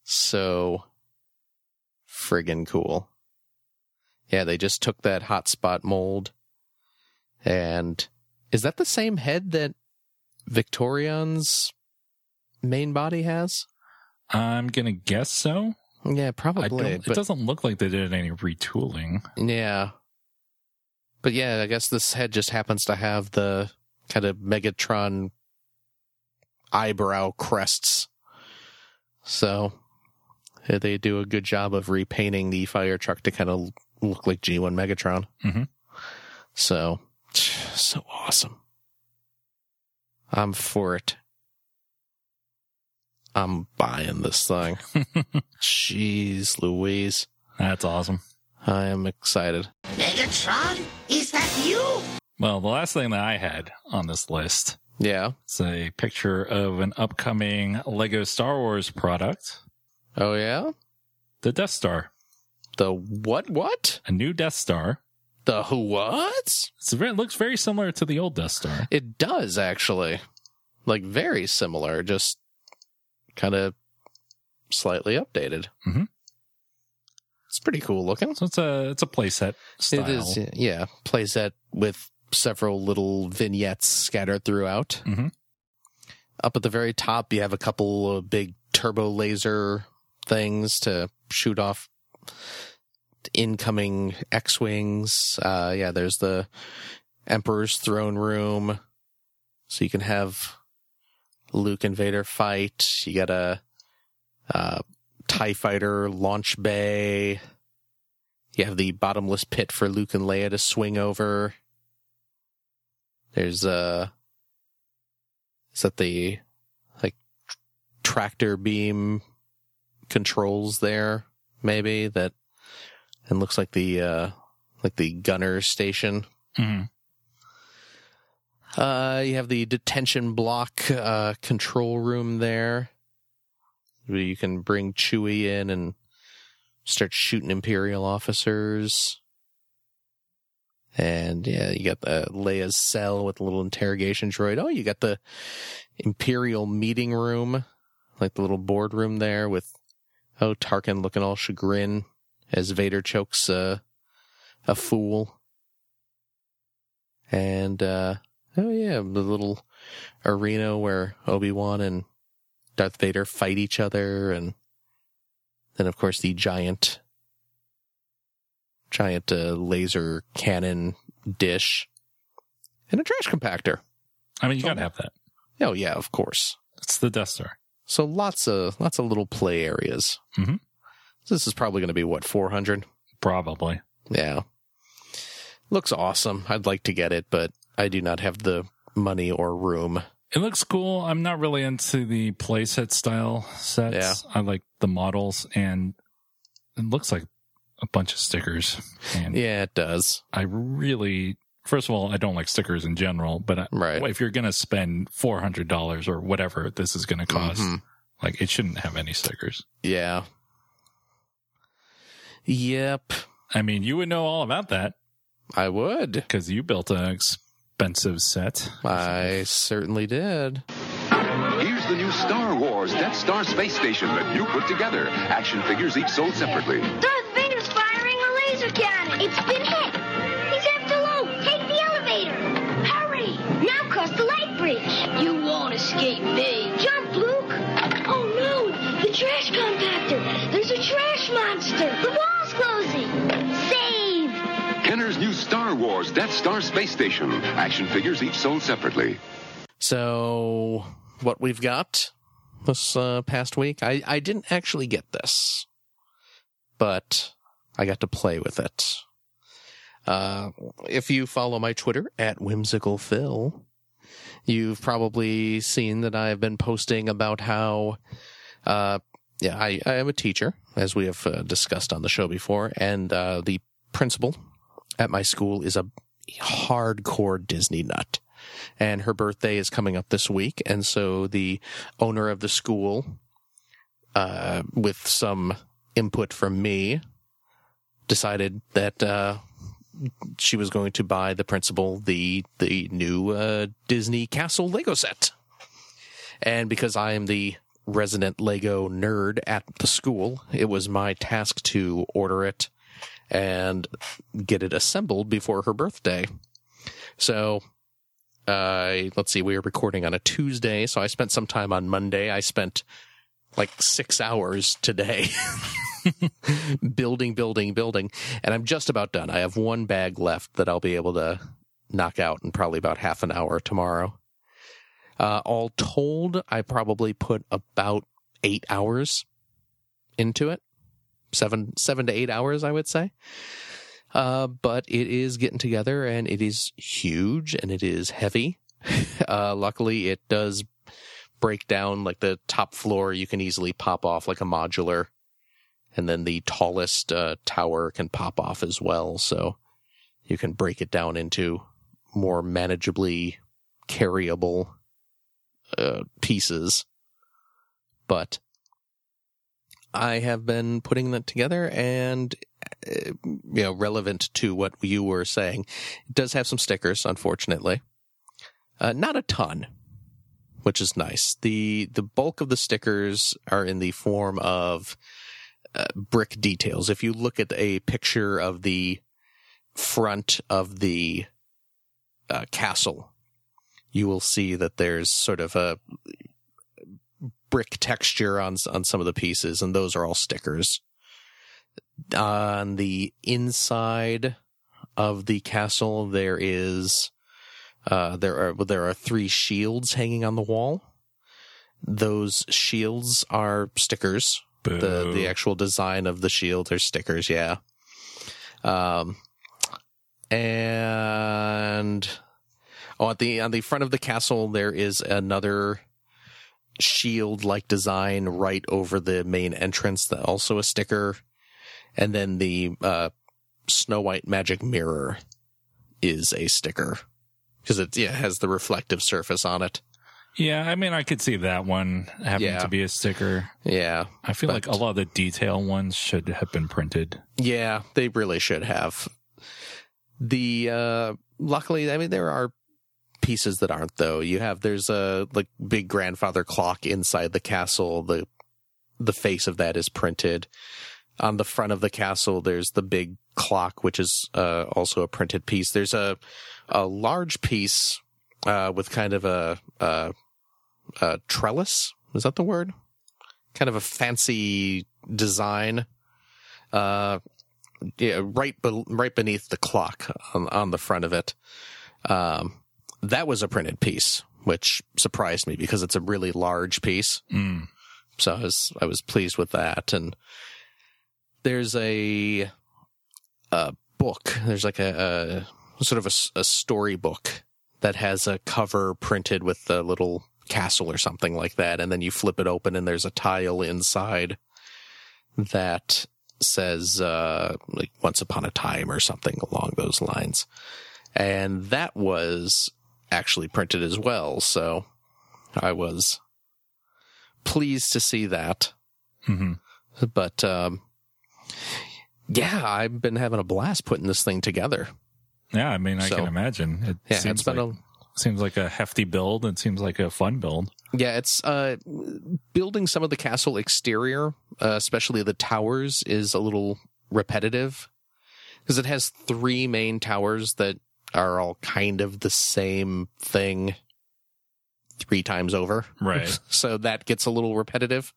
S4: So friggin' cool. Yeah, they just took that hotspot mold. And is that the same head that Victorion's main body has?
S3: I'm gonna guess so.
S4: Yeah,
S3: I don't,
S4: probably.
S3: it
S4: But
S3: doesn't look like they did any retooling.
S4: yeah. But yeah, I guess this head just happens to have the kind of Megatron eyebrow crests. So uh, they do a good job of repainting the fire truck to kind of look like G1 Megatron.
S3: Mhm.
S4: So, so awesome. I'm for it. I'm buying this thing. Jeez Louise.
S3: That's awesome.
S4: I am excited.
S2: Megatron? Is that you?
S3: Well, the last thing that I had on this list
S4: Yeah.
S3: is a picture of an upcoming Lego Star Wars product,
S4: Oh, yeah?
S3: the Death Star.
S4: The what? What?
S3: A new Death Star.
S4: The who? What?
S3: It's very, it looks very similar to the old Death Star.
S4: It does, actually. Like, very similar, just kind of slightly updated.
S3: Mhm.
S4: It's pretty cool looking.
S3: So it's a it's a playset style.
S4: It is, yeah. Playset with several little vignettes scattered throughout.
S3: Mhm.
S4: Up at the very top, you have a couple of big turbo laser things to shoot off incoming X wings. Uh, yeah, there's the Emperor's throne room, so you can have Luke and Vader fight. You got a uh, Tie fighter launch bay. You have the bottomless pit for Luke and Leia to swing over. There's uh is that the like tr- tractor beam controls there maybe that and looks like the uh like the gunner station.
S3: Mhm.
S4: Uh you have the detention block uh control room there where you can bring Chewie in and start shooting Imperial officers. And yeah, you got the Leia's cell with the little interrogation droid. Oh, you got the Imperial meeting room, like the little boardroom there with oh Tarkin looking all chagrin as Vader chokes uh, a fool. And uh, oh yeah, the little arena where Obi Wan and Darth Vader fight each other, and then of course the giant, giant uh, laser cannon dish, and a trash compactor.
S3: I mean, you gotta have that.
S4: Oh yeah, of course.
S3: It's the Death Star.
S4: So lots of lots of little play areas.
S3: Mhm.
S4: This is probably going to be what four hundred.
S3: Probably.
S4: Yeah, looks awesome. I'd like to get it, but I do not have the money or room.
S3: It looks cool. I'm not really into the playset style sets.
S4: Yeah.
S3: I like the models and it looks like a bunch of stickers. And
S4: Yeah, it does.
S3: I really, first of all, I don't like stickers in general, but I,
S4: Right.
S3: if you're going to spend $400 or whatever this is going to cost,
S4: Mhm.
S3: like it shouldn't have any stickers.
S4: Yeah. Yep,
S3: I mean, you would know all about that
S4: I would.
S3: because you built an expensive set.
S4: I certainly did.
S9: Here's the new Star Wars Death Star space station that you put together. Action figures each sold separately.
S7: Darth Vader's firing a laser cannon. It's been hit. He's after Luke. Take the elevator. Hurry. Now cross the light bridge. You won't escape me. Jump, Luke. Oh, no. The trash compactor. There's a trash monster. The wall's closing. Save.
S9: Kenner's new Star Wars Death Star space station. Action figures each sold separately.
S4: So, what we've got this uh, past week, I, I didn't actually get this, but I got to play with it. Uh, if you follow my Twitter at whimsical phil, you've probably seen that I've been posting about how, uh, yeah, I, I am a teacher, as we have uh, discussed on the show before, and uh, the principal at my school is a hardcore Disney nut and her birthday is coming up this week. And so the owner of the school, uh, with some input from me, decided that uh, she was going to buy the principal the the new uh, Disney Castle Lego set. And because I am the resident Lego nerd at the school, it was my task to order it and get it assembled before her birthday. So uh, let's see, we are recording on a Tuesday, so I spent some time on Monday. I spent like six hours today building, building, building. And I'm just about done. I have one bag left that I'll be able to knock out in probably about half an hour tomorrow. Uh, all told, I probably put about eight hours into it. Seven, seven to eight hours, I would say. Uh, but it is getting together and it is huge and it is heavy. Uh, luckily it does break down like the top floor you can easily pop off like a modular and then the tallest uh, tower can pop off as well so you can break it down into more manageably carryable uh, pieces but i have been putting that together and uh, you know relevant to what you were saying it does have some stickers unfortunately uh, not a ton which is nice. The the bulk of the stickers are in the form of uh, brick details. If you look at a picture of the front of the uh, castle, you will see that there's sort of a brick texture on s- on some of the pieces, and those are all stickers. On the inside of the castle, there is uh, there are well, there are three shields hanging on the wall. Those shields are stickers.
S3: Boo.
S4: The the actual design of the shield are stickers. Yeah. Um, and oh, at the on the front of the castle there is another shield like design right over the main entrance that also a sticker and then the uh snow white magic mirror is a sticker because it yeah has the reflective surface on it.
S3: Yeah, I mean, I could see that one having
S4: Yeah.
S3: to be a sticker.
S4: Yeah,
S3: I feel
S4: But-
S3: like a lot of the detail ones should have been printed.
S4: yeah, they really should have. The uh luckily, I mean, there are pieces that aren't though. You have there's a like big grandfather clock inside the castle. The the face of that is printed on the front of the castle. There's the big clock, which is uh, also a printed piece. There's a a large piece uh, with kind of a, a, a trellis. Is that the word? Kind of a fancy design. Uh, yeah, right, be- right beneath the clock on, on the front of it. Um, that was a printed piece, which surprised me because it's a really large piece.
S3: Mm.
S4: So I was, I was pleased with that. And there's a, a book. There's like a, a sort of a, s- a storybook that has a cover printed with the little castle or something like that. And then you flip it open and there's a tile inside that says, uh, like once upon a time or something along those lines. And that was actually printed as well. So I was pleased to see that.
S3: hmm
S4: But, um, yeah, I've been having a blast putting this thing together.
S3: Yeah, I mean, I
S4: So-
S3: can imagine. It
S4: Yeah,
S3: seems
S4: it's been
S3: like,
S4: a
S3: seems like a hefty build and seems like a fun build.
S4: Yeah, it's uh, building some of the castle exterior, uh, especially the towers, is a little repetitive because it has three main towers that are all kind of the same thing three times over.
S3: Right.
S4: so that gets a little repetitive.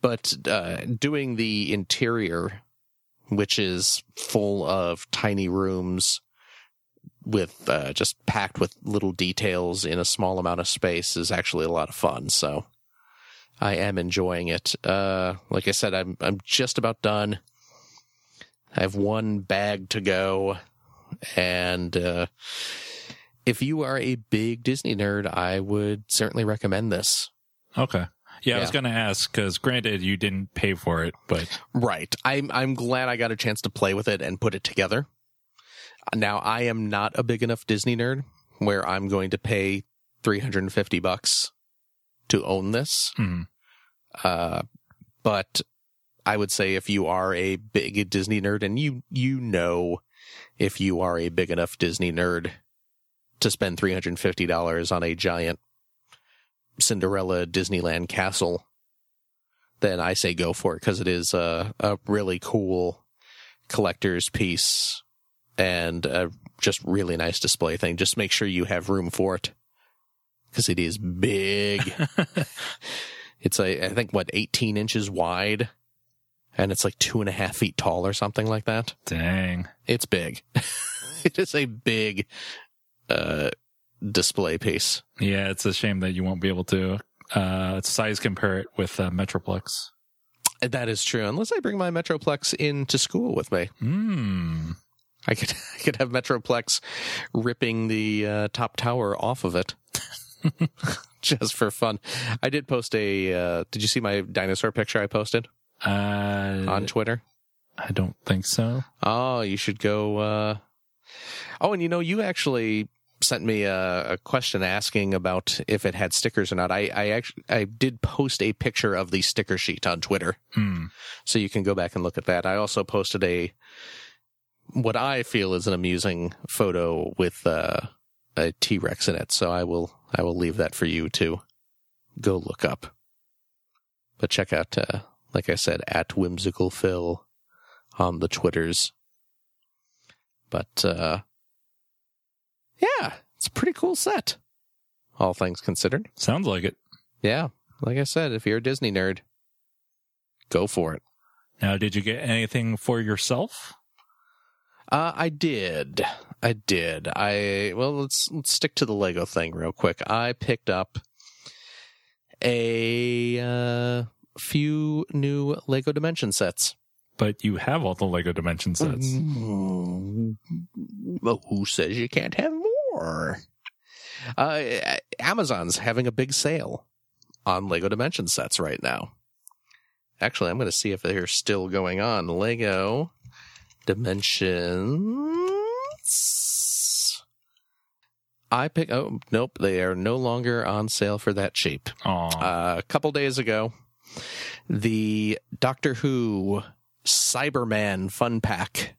S4: But uh, doing the interior, which is full of tiny rooms with uh, just packed with little details in a small amount of space, is actually a lot of fun. So I am enjoying it. Uh, like I said, I'm I'm just about done. I have one bag to go, and uh, if you are a big Disney nerd, I would certainly recommend this.
S3: Okay. Yeah, I was
S4: Yeah.
S3: going to ask because granted, you didn't pay for it, but
S4: Right. I'm I'm glad I got a chance to play with it and put it together. Now I am not a big enough Disney nerd where I'm going to pay 350 bucks to own this.
S3: Mhm.
S4: Uh but I would say if you are a big Disney nerd and you you know if you are a big enough Disney nerd to spend $350 on a giant Cinderella Disneyland castle then I say go for it because it is a, a really cool collector's piece and a just really nice display thing. Just make sure you have room for it because it is big. it's a, I think what, 18 inches wide and it's like two and a half feet tall or something like that.
S3: Dang.
S4: It's big. it is a big uh, display piece.
S3: Yeah, it's a shame that you won't be able to uh, size compare it with uh, Metroplex.
S4: That is true. Unless I bring my Metroplex into school with me,
S3: Hmm.
S4: I could I could have Metroplex ripping the uh, top tower off of it. Just for fun, I did post a. Uh, did you see my dinosaur picture I posted
S3: Uh,
S4: on Twitter?
S3: I don't think so.
S4: Oh, you should go. Uh... Oh, and you know, you actually sent me a, a question asking about if it had stickers or not. I I actually I did post a picture of the sticker sheet on Twitter,
S3: Hmm.
S4: so you can go back and look at that. I also posted a what I feel is an amusing photo with uh, a T Rex in it. So I will I will leave that for you to go look up. But check out, uh, like I said, at whimsical phil on the twitters. But uh, yeah, it's a pretty cool set, all things considered.
S3: Sounds like it.
S4: Yeah, like I said, if you're a Disney nerd, go for it.
S3: Now, did you get anything for yourself?
S4: Uh, I did. I did. I well, let's let's stick to the Lego thing real quick. I picked up a uh, few new Lego Dimension sets.
S3: But you have all the Lego Dimension
S4: Mm-hmm.
S3: sets.
S4: Well, Mm-hmm. who says you can't have more? Uh, Amazon's having a big sale on Lego Dimension sets right now. Actually, I'm going to see if they're still going on. Lego Dimensions. I pick. Oh nope, they are no longer on sale for that cheap.
S3: Aw.
S4: Uh, a couple days ago, the Doctor Who Cyberman Fun Pack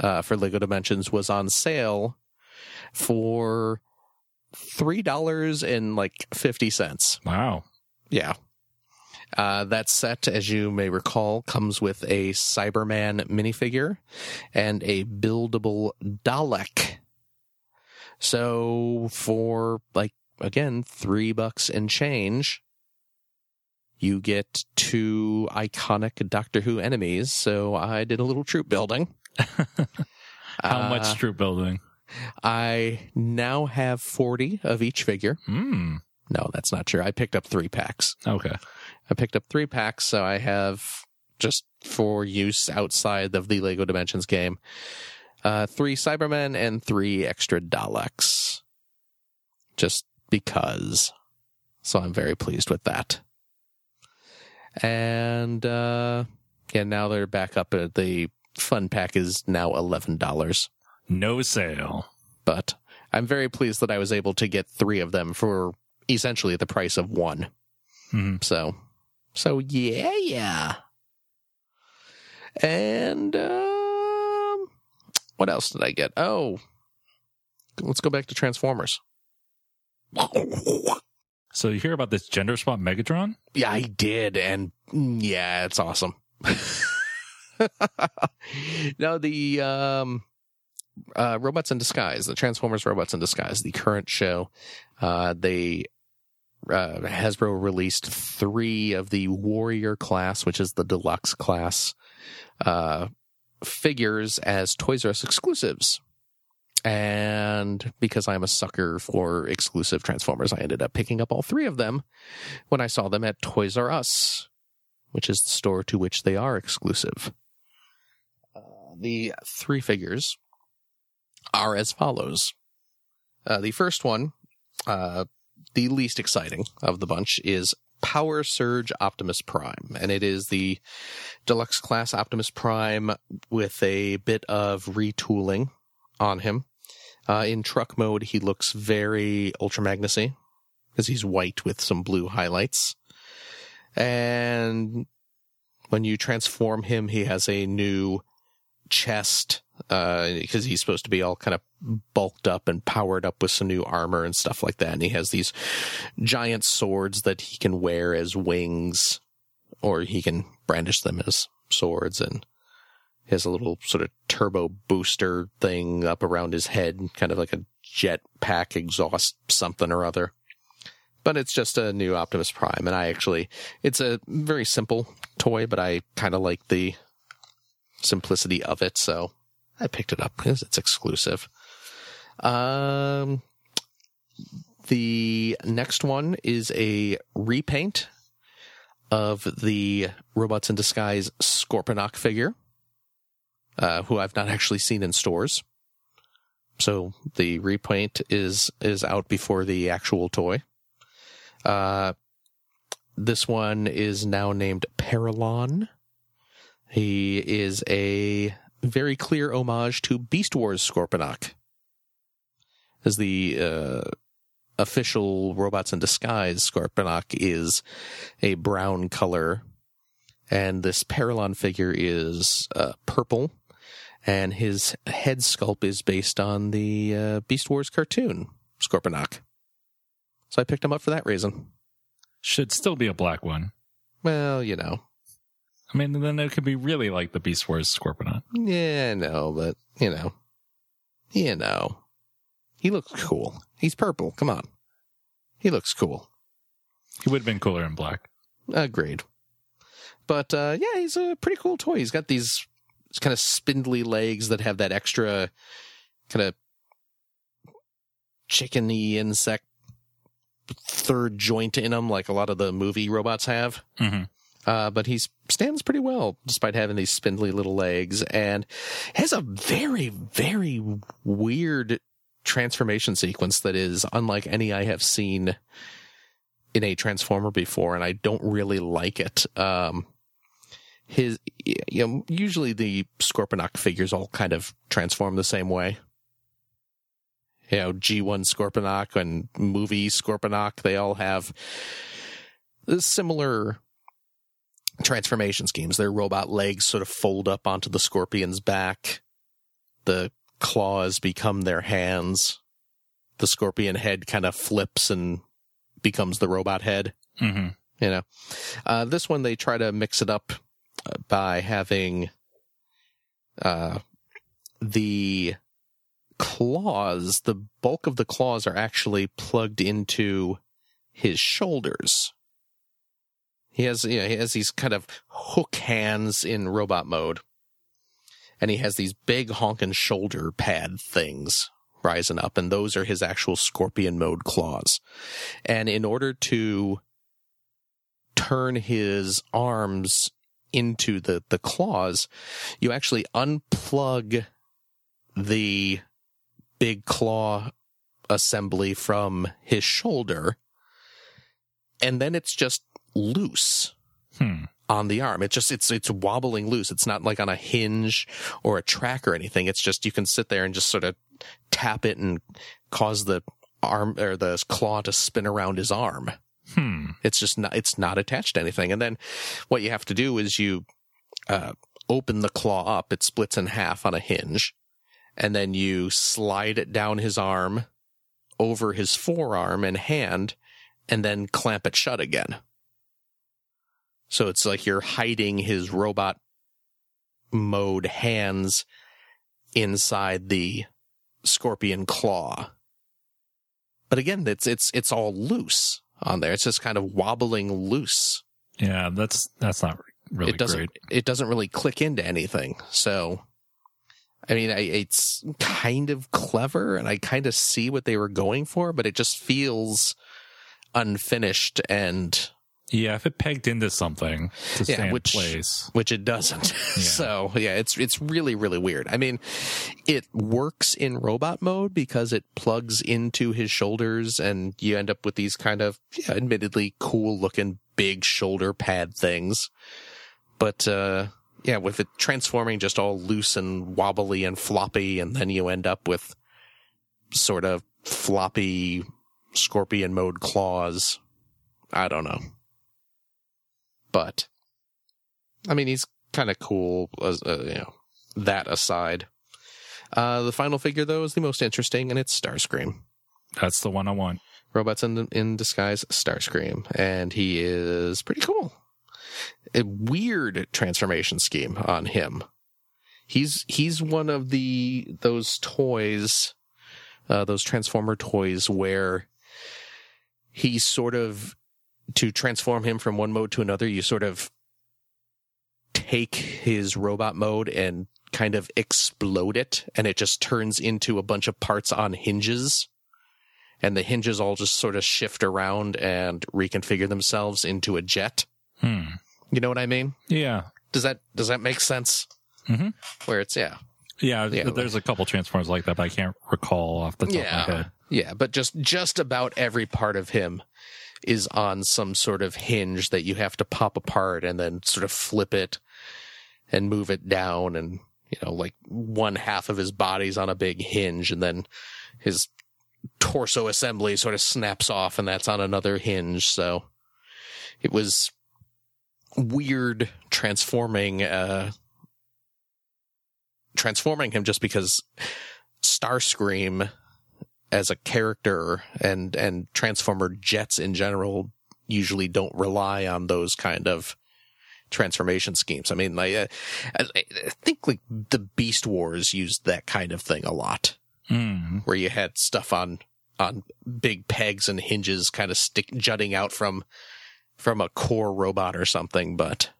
S4: uh, for Lego Dimensions was on sale for three dollars and like fifty cents.
S3: wow.
S4: Yeah. Uh, that set, as you may recall, comes with a Cyberman minifigure and a buildable Dalek. So for like again three bucks and change, you get two iconic Doctor Who enemies. So I did a little troop building.
S3: How
S4: Uh,
S3: much troop building?
S4: I now have forty of each figure.
S3: Hmm.
S4: No, that's not true. I picked up three packs.
S3: Okay.
S4: I picked up three packs, so I have just for use outside of the Lego Dimensions game. Uh, three Cybermen and three extra Daleks. Just because. So I'm very pleased with that. And uh yeah, now they're back up at the fun pack is now eleven dollars.
S3: No sale.
S4: But I'm very pleased that I was able to get three of them for essentially the price of one.
S3: Mhm.
S4: So, so yeah, yeah. And um, what else did I get? Oh, let's go back to Transformers.
S3: So you hear about this gender swap Megatron?
S4: Yeah, I did, and mm, yeah, it's awesome. now the um, uh, robots in disguise, the Transformers robots in disguise, the current show, uh, they uh, Hasbro released three of the Warrior class, which is the deluxe class, uh, figures as Toys R Us exclusives. And because I'm a sucker for exclusive Transformers, I ended up picking up all three of them when I saw them at Toys R Us, which is the store to which they are exclusive. Uh, the three figures are as follows. Uh, the first one, uh, the least exciting of the bunch, is Power Surge Optimus Prime, and it is the deluxe class Optimus Prime with a bit of retooling on him. Uh, in truck mode, he looks very Ultra Magnusy because he's white with some blue highlights. And when you transform him, he has a new chest because he's supposed to be all kind of bulked up and powered up with some new armor and stuff like that. And he has these giant swords that he can wear as wings, or he can brandish them as swords. And he has a little sort of turbo booster thing up around his head, kind of like a jet pack exhaust something or other But it's just a new Optimus Prime, and I actually it's a very simple toy, but I kind of like the simplicity of it, so I picked it up because it's exclusive. Um, the next one is a repaint of the Robots in Disguise Scorponok figure, uh, who I've not actually seen in stores. So the repaint is is out before the actual toy. Uh, this one is now named Paralon. He is a very clear homage to Beast Wars Scorponok as the uh, official Robots in Disguise, Scorponok is a brown color, and this Paralon figure is uh, purple, and his head sculpt is based on the uh, Beast Wars cartoon, Scorponok. So I picked him up for that reason.
S3: Should still be a black one.
S4: Well, you know,
S3: I mean, then it could be really like the Beast Wars Scorponok.
S4: yeah, no, but you know, you know, he looks cool. He's purple. Come on, he looks cool.
S3: He would have been cooler in black.
S4: Agreed. But uh, yeah, he's a pretty cool toy. He's got these kind of spindly legs that have that extra kind of chickeny insect third joint in them, like a lot of the movie robots have.
S3: Mhm.
S4: Uh, but he stands pretty well despite having these spindly little legs and has a very, very weird transformation sequence that is unlike any I have seen in a transformer before and I don't really like it. Um his you know, usually the Scorponok figures all kind of transform the same way. You know, G1 Scorponok and movie Scorponok, they all have similar transformation schemes. Their robot legs sort of fold up onto the scorpion's back. The claws become their hands. The scorpion head kind of flips and becomes the robot head
S3: hmm
S4: you know uh, this one they try to mix it up uh, by having uh, the claws the bulk of the claws are actually plugged into his shoulders he has you know, he has these kind of hook hands in robot mode and he has these big honkin' shoulder pad things rising up and those are his actual scorpion mode claws and in order to turn his arms into the, the claws, you actually unplug the big claw assembly from his shoulder, and then it's just loose
S3: Hmm.
S4: on the arm. It just it's it's wobbling loose. It's not like on a hinge or a track or anything. It's just you can sit there and just sort of tap it and cause the arm or the claw to spin around his arm.
S3: Hmm.
S4: It's just not it's not attached to anything. And then what you have to do is you uh, open the claw up. It splits in half on a hinge, and then you slide it down his arm, over his forearm and hand, and then clamp it shut again. So it's like you're hiding his robot mode hands inside the scorpion claw but again, it's it's it's all loose on there. It's just kind of wobbling loose.
S3: Yeah, that's that's not really
S4: it doesn't
S3: great.
S4: it doesn't really click into anything. So, I mean, I, it's kind of clever, and I kind of see what they were going for, but it just feels unfinished, and
S3: Yeah, if it pegged into something to
S4: Yeah,
S3: stay
S4: which-
S3: in place.
S4: which it doesn't. so, yeah, it's it's really really weird. I mean, it works in robot mode because it plugs into his shoulders and you end up with these kind of yeah, admittedly cool looking big shoulder pad things. But uh yeah, with it transforming just all loose and wobbly and floppy and then you end up with sort of floppy scorpion mode claws. I don't know. But I mean, he's kind of cool, as, uh, you know, that aside. Uh, the final figure, though, is the most interesting, and it's Starscream.
S3: That's the one I want.
S4: Robots in, in Disguise, Starscream. And he is pretty cool. A weird transformation scheme on him. He's he's one of the those toys, uh, those Transformer toys where he sort of to transform him from one mode to another, you sort of take his robot mode and kind of explode it and it just turns into a bunch of parts on hinges and the hinges all just sort of shift around and reconfigure themselves into a jet.
S3: Hmm.
S4: You know what I mean?
S3: Yeah.
S4: Does that does that make sense?
S3: Mhm.
S4: Where it's yeah.
S3: Yeah,
S4: Yeah,
S3: there's a couple transformers like that, but I can't recall off the top of my
S4: yeah
S3: head.
S4: yeah but just just about every part of him is on some sort of hinge that you have to pop apart and then sort of flip it and move it down and you know like one half of his body's on a big hinge and then his torso assembly sort of snaps off and that's on another hinge so it was weird transforming uh transforming him just because starscream as a character and and transformer jets in general usually don't rely on those kind of transformation schemes i mean like, uh, I, I think like the beast wars used that kind of thing a lot
S3: Mm.
S4: where you had stuff on on big pegs and hinges kind of stick jutting out from from a core robot or something but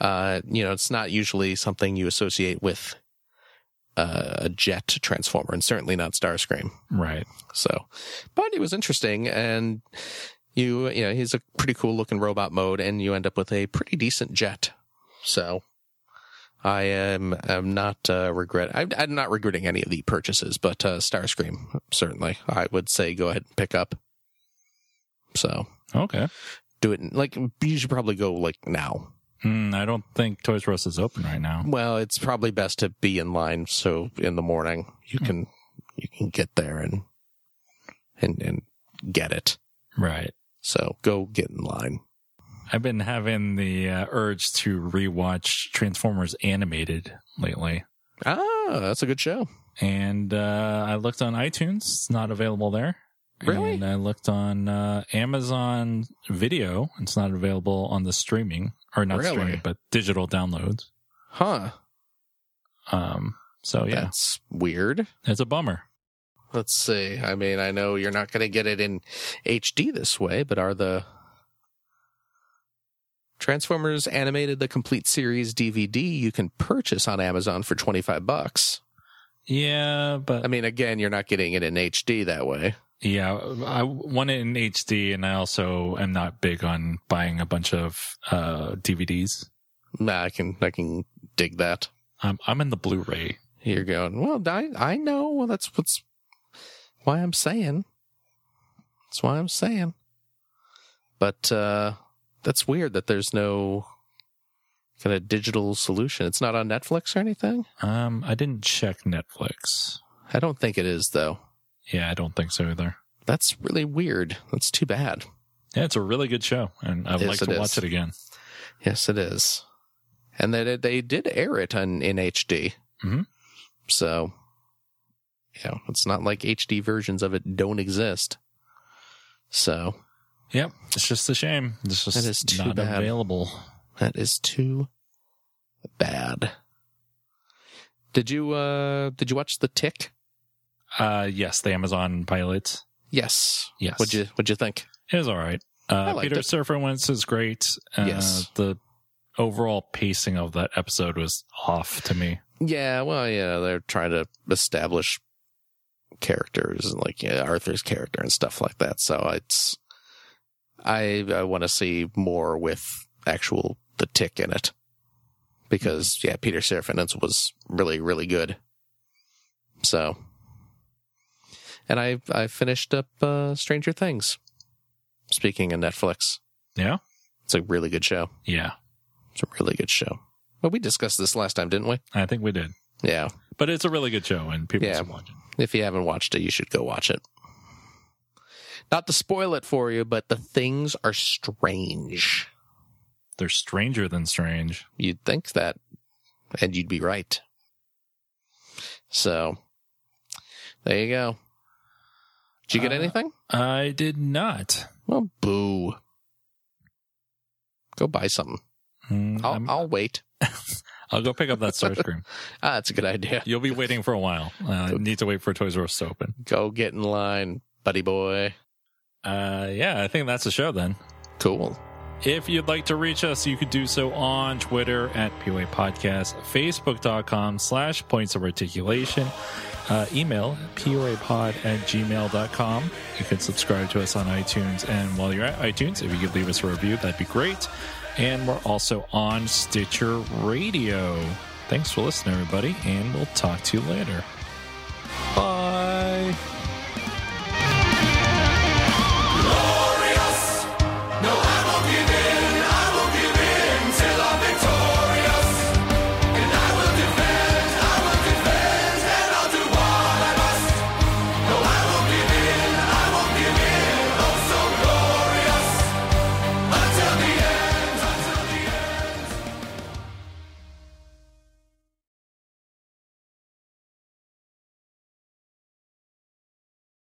S4: uh you know it's not usually something you associate with uh, a jet transformer and certainly not starscream
S3: Right.
S4: so, but it was interesting, and you, you know, he's a pretty cool looking robot mode, and you end up with a pretty decent jet. So, I am am not uh, regret. I'm, I'm not regretting any of the purchases, but uh, Starscream certainly, I would say go ahead and pick up. So
S3: Okay.
S4: do it in- like you should probably go like now.
S3: Mm, I don't think Toys R Us is open right now.
S4: Well, it's probably best to be in line so in the morning you can you can get there and and and get it.
S3: Right.
S4: So go get in line.
S3: I've been having the uh, urge to rewatch Transformers animated lately.
S4: Ah, that's a good show.
S3: And uh, I looked on iTunes, it's not available there.
S4: Really?
S3: And I looked on uh, Amazon Video, it's not available on the streaming, or not
S4: Really?
S3: streaming, but digital downloads.
S4: Huh.
S3: Um, so, yeah,
S4: That's weird.
S3: it's a bummer.
S4: Let's see. I mean, I know you're not going to get it in HD this way, but are the Transformers animated the complete series DVD you can purchase on Amazon for 25 bucks?
S3: Yeah, but
S4: I mean, again, you're not getting it in HD that way.
S3: Yeah, I want it in HD, and I also am not big on buying a bunch of uh, DVDs.
S4: Nah, I can I can dig that.
S3: I'm I'm in the Blu-ray.
S4: You're going, well, I, I know. Well, that's what's why I'm saying. That's why I'm saying. But uh, that's weird that there's no kind of digital solution. It's not on Netflix or anything?
S3: Um, I didn't check Netflix.
S4: I don't think it is, though.
S3: Yeah, I don't think so either.
S4: That's really weird. That's too bad.
S3: Yeah, it's a really good show, and I'd
S4: Yes,
S3: like
S4: it
S3: to
S4: is.
S3: watch it again.
S4: Yes, it is. And they, they did air it on, in HD.
S3: Mhm.
S4: So, yeah, it's not like HD versions of it don't exist. So,
S3: Yep, it's just a shame. It's just
S4: That is too
S3: not
S4: bad.
S3: available.
S4: That is too bad. Did you uh did you watch The Tick?
S3: Uh, yes, the Amazon pilot.
S4: Yes.
S3: Yes.
S4: What'd you what'd you think?
S3: It was all right.
S4: I
S3: Uh,
S4: liked
S3: Peter
S4: it.
S3: Serfowitz is great. Uh,
S4: Yes.
S3: The overall pacing of that episode was off to me.
S4: Yeah, well, yeah, they're trying to establish characters and like yeah, Arthur's character and stuff like that. So it's I I want to see more with actual The Tick in it because yeah, Peter Serafinowicz was really really good. So, and I I finished up uh, Stranger Things. Speaking of Netflix,
S3: Yeah.
S4: it's a really good show.
S3: Yeah,
S4: It's a really good show. Well, we discussed this last time, didn't we?
S3: I think we did.
S4: Yeah.
S3: But it's a really good show, and people
S4: Yeah.
S3: should watch it.
S4: If you haven't watched it, you should go watch it. Not to spoil it for you, but the things are strange.
S3: They're stranger than strange.
S4: You'd think that, and you'd be right. So, there you go. Did you get
S3: Uh,
S4: anything?
S3: I did not.
S4: Well, boo. Go buy something.
S3: Mm,
S4: I'll,
S3: I'm-
S4: I'll wait.
S3: I'll go pick up that Starscream.
S4: Ah, that's a good idea.
S3: You'll be waiting for a while. Uh, need to wait for Toys R Us to open.
S4: Go get in line, buddy boy.
S3: Uh, yeah, I think that's the show then.
S4: Cool.
S3: If you'd like to reach us, you could do so on Twitter at POA Podcast, Facebook.com slash points of articulation, uh, email POAPod at gmail.com. You can subscribe to us on iTunes. And while you're at iTunes, if you could leave us a review, that'd be great. And we're also on Stitcher Radio. Thanks for listening, everybody, and we'll talk to you later. Bye.